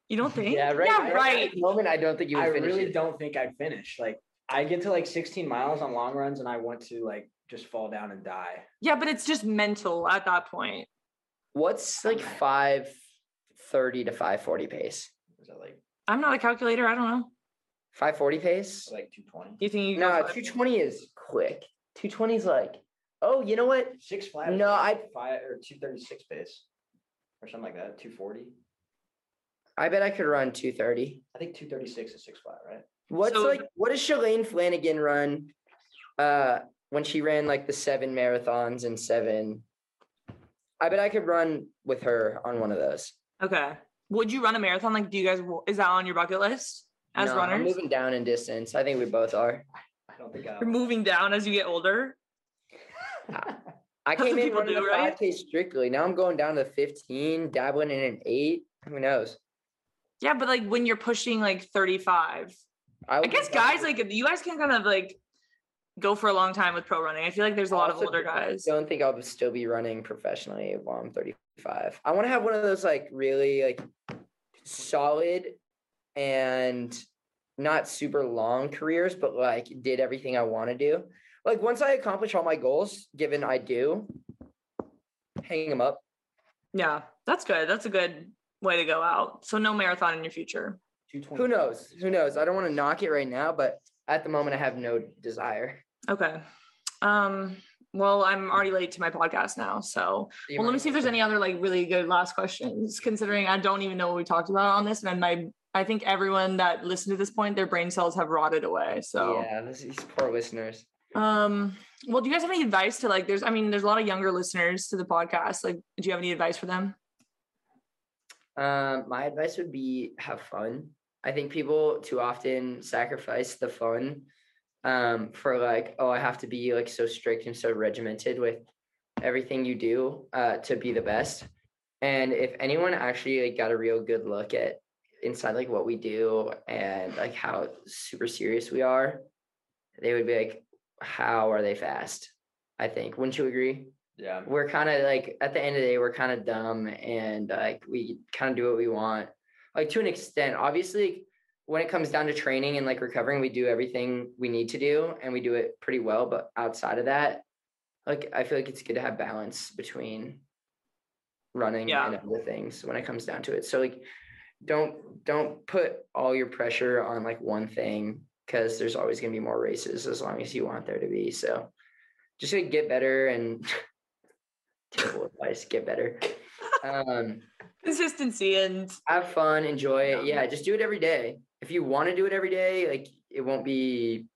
[SPEAKER 1] You don't think?
[SPEAKER 2] Yeah, right.
[SPEAKER 1] Yeah,
[SPEAKER 2] now,
[SPEAKER 1] right.
[SPEAKER 2] At the moment, I don't think you would
[SPEAKER 3] I
[SPEAKER 2] finish
[SPEAKER 3] really
[SPEAKER 2] it.
[SPEAKER 3] don't think I'd finish. Like I get to like 16 miles on long runs and I want to like just fall down and die.
[SPEAKER 1] Yeah, but it's just mental at that point.
[SPEAKER 2] What's like five thirty to five forty pace?
[SPEAKER 3] Is that like
[SPEAKER 1] I'm not a calculator. I don't know.
[SPEAKER 2] Five forty pace?
[SPEAKER 3] it's like 220?
[SPEAKER 1] You think you? go
[SPEAKER 2] No,
[SPEAKER 1] five-
[SPEAKER 2] two twenty is quick. Two twenty is like, oh, you know what?
[SPEAKER 3] Six flat. is
[SPEAKER 2] No,
[SPEAKER 3] like
[SPEAKER 2] I-
[SPEAKER 3] five or 236 pace or something like that. 240.
[SPEAKER 2] I bet I could run two thirty.
[SPEAKER 3] I think 236 is six flat, right?
[SPEAKER 2] What's
[SPEAKER 1] So-
[SPEAKER 2] like? What does Shalane Flanagan run? Uh, when she ran like the seven marathons and seven, I bet I could run with her on one of those.
[SPEAKER 1] Okay. Would you run a marathon? Like, do you guys? Is that on your bucket list as
[SPEAKER 2] No, I'm
[SPEAKER 1] runners?
[SPEAKER 2] moving down in distance. I think we both are.
[SPEAKER 3] I don't think um, I
[SPEAKER 1] You're moving down as you get older.
[SPEAKER 2] I
[SPEAKER 1] That's
[SPEAKER 2] came
[SPEAKER 1] what
[SPEAKER 2] in
[SPEAKER 1] people
[SPEAKER 2] running
[SPEAKER 1] do,
[SPEAKER 2] the
[SPEAKER 1] right?
[SPEAKER 2] five k strictly. Now I'm going down to fifteen, dabbling in an eight. Who knows?
[SPEAKER 1] Yeah, but like when you're pushing like 35, I
[SPEAKER 2] would
[SPEAKER 1] guess
[SPEAKER 2] think I'll-
[SPEAKER 1] guys like you guys can kind of like go for a long time with pro running. I feel like there's a lot of
[SPEAKER 2] Also,
[SPEAKER 1] older guys.
[SPEAKER 2] I don't think I'll still be running professionally while I'm 35. I want to have one of those like really like solid and not super long careers, but like did everything I want to do. Like once I accomplish all my goals, given I do, hang them up.
[SPEAKER 1] Yeah, that's good. That's a good way to go out. So no marathon in your future.
[SPEAKER 2] Who knows? Who knows? I don't want to knock it right now, but at the moment I have no desire.
[SPEAKER 1] Okay. Um, well, I'm already late to my podcast now. So
[SPEAKER 2] You
[SPEAKER 1] well, let me
[SPEAKER 2] might-
[SPEAKER 1] see if there's any other like really good last questions, considering I don't even know what we talked about on this. And my I think everyone that listened to this point, their brain cells have rotted away. So
[SPEAKER 2] Yeah, this- these poor listeners.
[SPEAKER 1] um well, do you guys have any advice to like there's I mean, there's a lot of younger listeners to the podcast. Like, do you have any advice for them?
[SPEAKER 2] Um, my advice would be have fun. I think people too often sacrifice the fun um, for like, oh, I have to be like so strict and so regimented with everything you do uh, to be the best. And if anyone actually like, got a real good look at inside like what we do and like how super serious we are, they would be like, how are they fast? I think. Wouldn't you agree?
[SPEAKER 3] Yeah.
[SPEAKER 2] we're kind of like at the end of the day we're kind of dumb and like we kind of do what we want like to an extent obviously when it comes down to training and like recovering we do everything we need to do and we do it pretty well but outside of that like i feel like it's good to have balance between running
[SPEAKER 1] Yeah.
[SPEAKER 2] and other things when it comes down to it so like don't don't put all your pressure on like one thing because there's always going to be more races as long as you want there to be so just like get better and terrible advice get better um
[SPEAKER 1] Consistency and
[SPEAKER 2] have fun enjoy it
[SPEAKER 1] Yeah.
[SPEAKER 2] yeah just do it every day if you want to do it every day like it won't be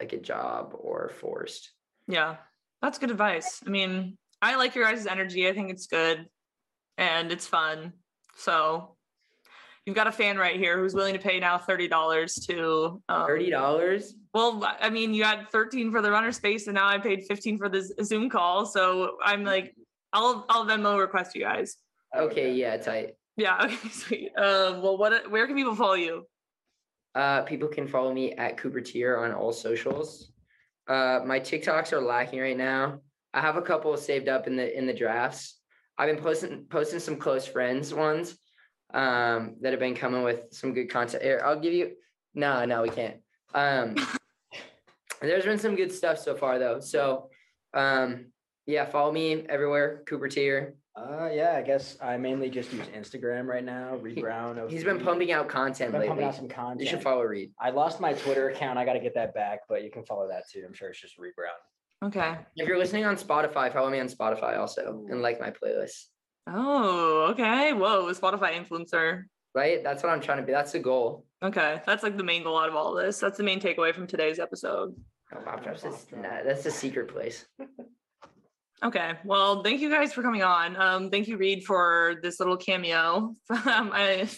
[SPEAKER 2] like a job or forced
[SPEAKER 1] Yeah, that's good advice. I mean, I like your guys' energy. I think it's good and it's fun. So you've got a fan right here who's willing to pay now thirty dollars to um,
[SPEAKER 2] $30
[SPEAKER 1] Well, I mean, you had thirteen for the runner space, and now I paid fifteen for this Zoom call. So I'm like, I'll I'll Venmo request you guys.
[SPEAKER 3] Oh,
[SPEAKER 2] okay yeah tight
[SPEAKER 1] Yeah. Okay. Sweet. Uh, well, what? Where can people follow you?
[SPEAKER 2] Uh, people can follow me at Cooper Tier on all socials. Uh, my TikToks are lacking right now. I have a couple saved up in the in the drafts. I've been posting posting some close friends ones um, that have been coming with some good content. Here, I'll give you. No, no, we can't. Um, there's been some good stuff so far though. So, um, yeah, follow me everywhere. Cooper Tier.
[SPEAKER 3] Uh, yeah, I guess I mainly just use Instagram right now. Reed
[SPEAKER 2] He-
[SPEAKER 3] Brown.
[SPEAKER 2] He's been
[SPEAKER 3] OC.
[SPEAKER 2] pumping out
[SPEAKER 3] I've
[SPEAKER 2] content
[SPEAKER 3] been
[SPEAKER 2] lately.
[SPEAKER 3] pumping out some
[SPEAKER 2] You should
[SPEAKER 3] content.
[SPEAKER 2] follow Reed.
[SPEAKER 3] I lost my Twitter account. I got to get that back, but you can follow that too. I'm sure it's just Reed Brown.
[SPEAKER 1] Okay.
[SPEAKER 2] If you're listening on Spotify, follow me on Spotify also and like my playlist.
[SPEAKER 1] Oh. Okay. Whoa. Spotify influencer.
[SPEAKER 2] Right? That's what I'm trying to be. That's the goal.
[SPEAKER 1] Okay, that's like the main goal out of all this. That's the main takeaway from today's episode.
[SPEAKER 2] Oh, Bob Drops is
[SPEAKER 3] Bob
[SPEAKER 2] nah,
[SPEAKER 3] Drops.
[SPEAKER 2] that's the secret place.
[SPEAKER 1] Okay, well, thank you guys for coming on. Um, thank you, Reed, for this little cameo. Um, I,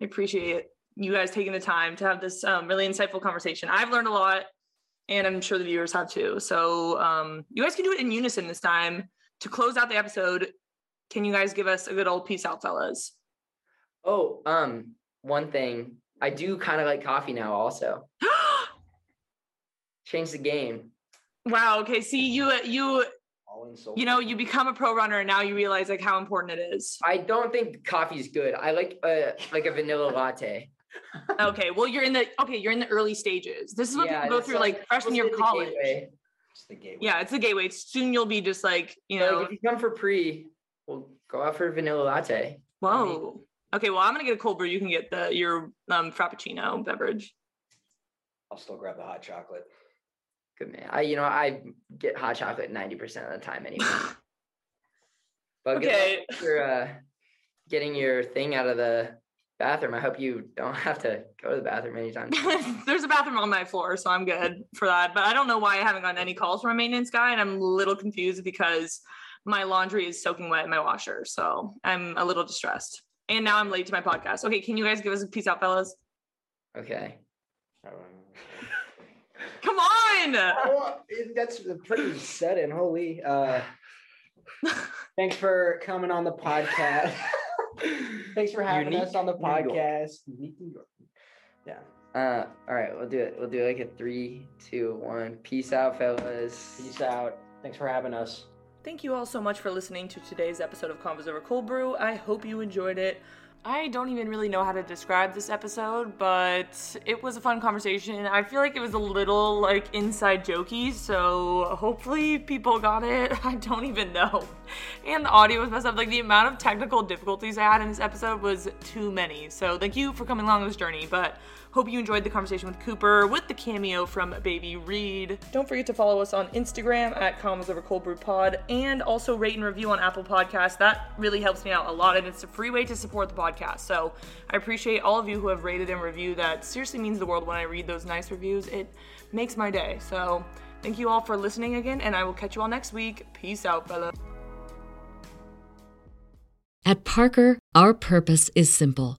[SPEAKER 1] I appreciate you guys taking the time to have this um, really insightful conversation. I've learned a lot, and I'm sure the viewers have too. So, um, you guys can do it in unison this time to close out the episode. Can you guys give us a good old peace out, fellas?
[SPEAKER 2] Oh, um, one thing. I do kind of like coffee now also. Change the game.
[SPEAKER 1] wow. Okay. See, you you
[SPEAKER 3] All insulted.
[SPEAKER 1] you know you become a pro runner, and now you realize like how important it is.
[SPEAKER 2] I don't think coffee's good. I like a like a vanilla latte.
[SPEAKER 1] Okay, well, you're in the okay, you're in the early stages. This is what
[SPEAKER 2] Yeah,
[SPEAKER 1] people go
[SPEAKER 2] it's
[SPEAKER 1] through like, freshman year of
[SPEAKER 2] it's the
[SPEAKER 1] college.
[SPEAKER 2] gateway.
[SPEAKER 3] It's the gateway.
[SPEAKER 1] Yeah, it's a gateway. It's- Soon you'll be just like, you
[SPEAKER 2] But,
[SPEAKER 1] know,
[SPEAKER 2] like, if you come for pre, we'll go out for a vanilla latte.
[SPEAKER 1] whoa. Okay, well, I'm gonna get a cold brew. You can get the your um frappuccino beverage.
[SPEAKER 3] I'll still grab the hot chocolate.
[SPEAKER 2] Good man. I you know I get hot chocolate ninety percent of the time anyway. But good luck
[SPEAKER 1] Okay.
[SPEAKER 2] with your, uh, getting your thing out of the bathroom. I hope you don't have to go to the bathroom anytime. soon.
[SPEAKER 1] There's a bathroom on my floor, so I'm good for that. But I don't know why I haven't gotten any calls from my maintenance guy, and I'm a little confused because my laundry is soaking wet in my washer. So I'm a little distressed. And now I'm late to my podcast. Okay, can you guys give us a peace out, fellas?
[SPEAKER 2] okay.
[SPEAKER 1] Come on.
[SPEAKER 3] Oh, that's a pretty sudden. Holy. Uh, thanks for coming on the podcast. thanks for having
[SPEAKER 2] Unique
[SPEAKER 3] us on the
[SPEAKER 2] New York.
[SPEAKER 3] podcast. Unique New York. Yeah.
[SPEAKER 2] Uh, all right, we'll do it. We'll do like a three, two, one. Peace out, fellas.
[SPEAKER 3] Peace out. Thanks for having us.
[SPEAKER 1] Thank you all so much for listening to today's episode of Convos Over Cold Brew. I hope you enjoyed it. I don't even really know how to describe this episode, but it was a fun conversation. I feel like it was a little like inside jokey, so hopefully people got it. I don't even know. And the audio was messed up. Like the amount of technical difficulties I had in this episode was too many. So thank you for coming along this journey, but Hope you enjoyed the conversation with Cooper with the cameo from Baby Reed. Don't forget to follow us on Instagram at Commas Over Cold Brew Pod and also rate and review on Apple Podcasts. That really helps me out a lot and it's a free way to support the podcast. So I appreciate all of you who have rated and reviewed. That seriously means the world when I read those nice reviews. It makes my day. So thank you all for listening again and I will catch you all next week. Peace out, fellas.
[SPEAKER 4] At Parker, our purpose is simple.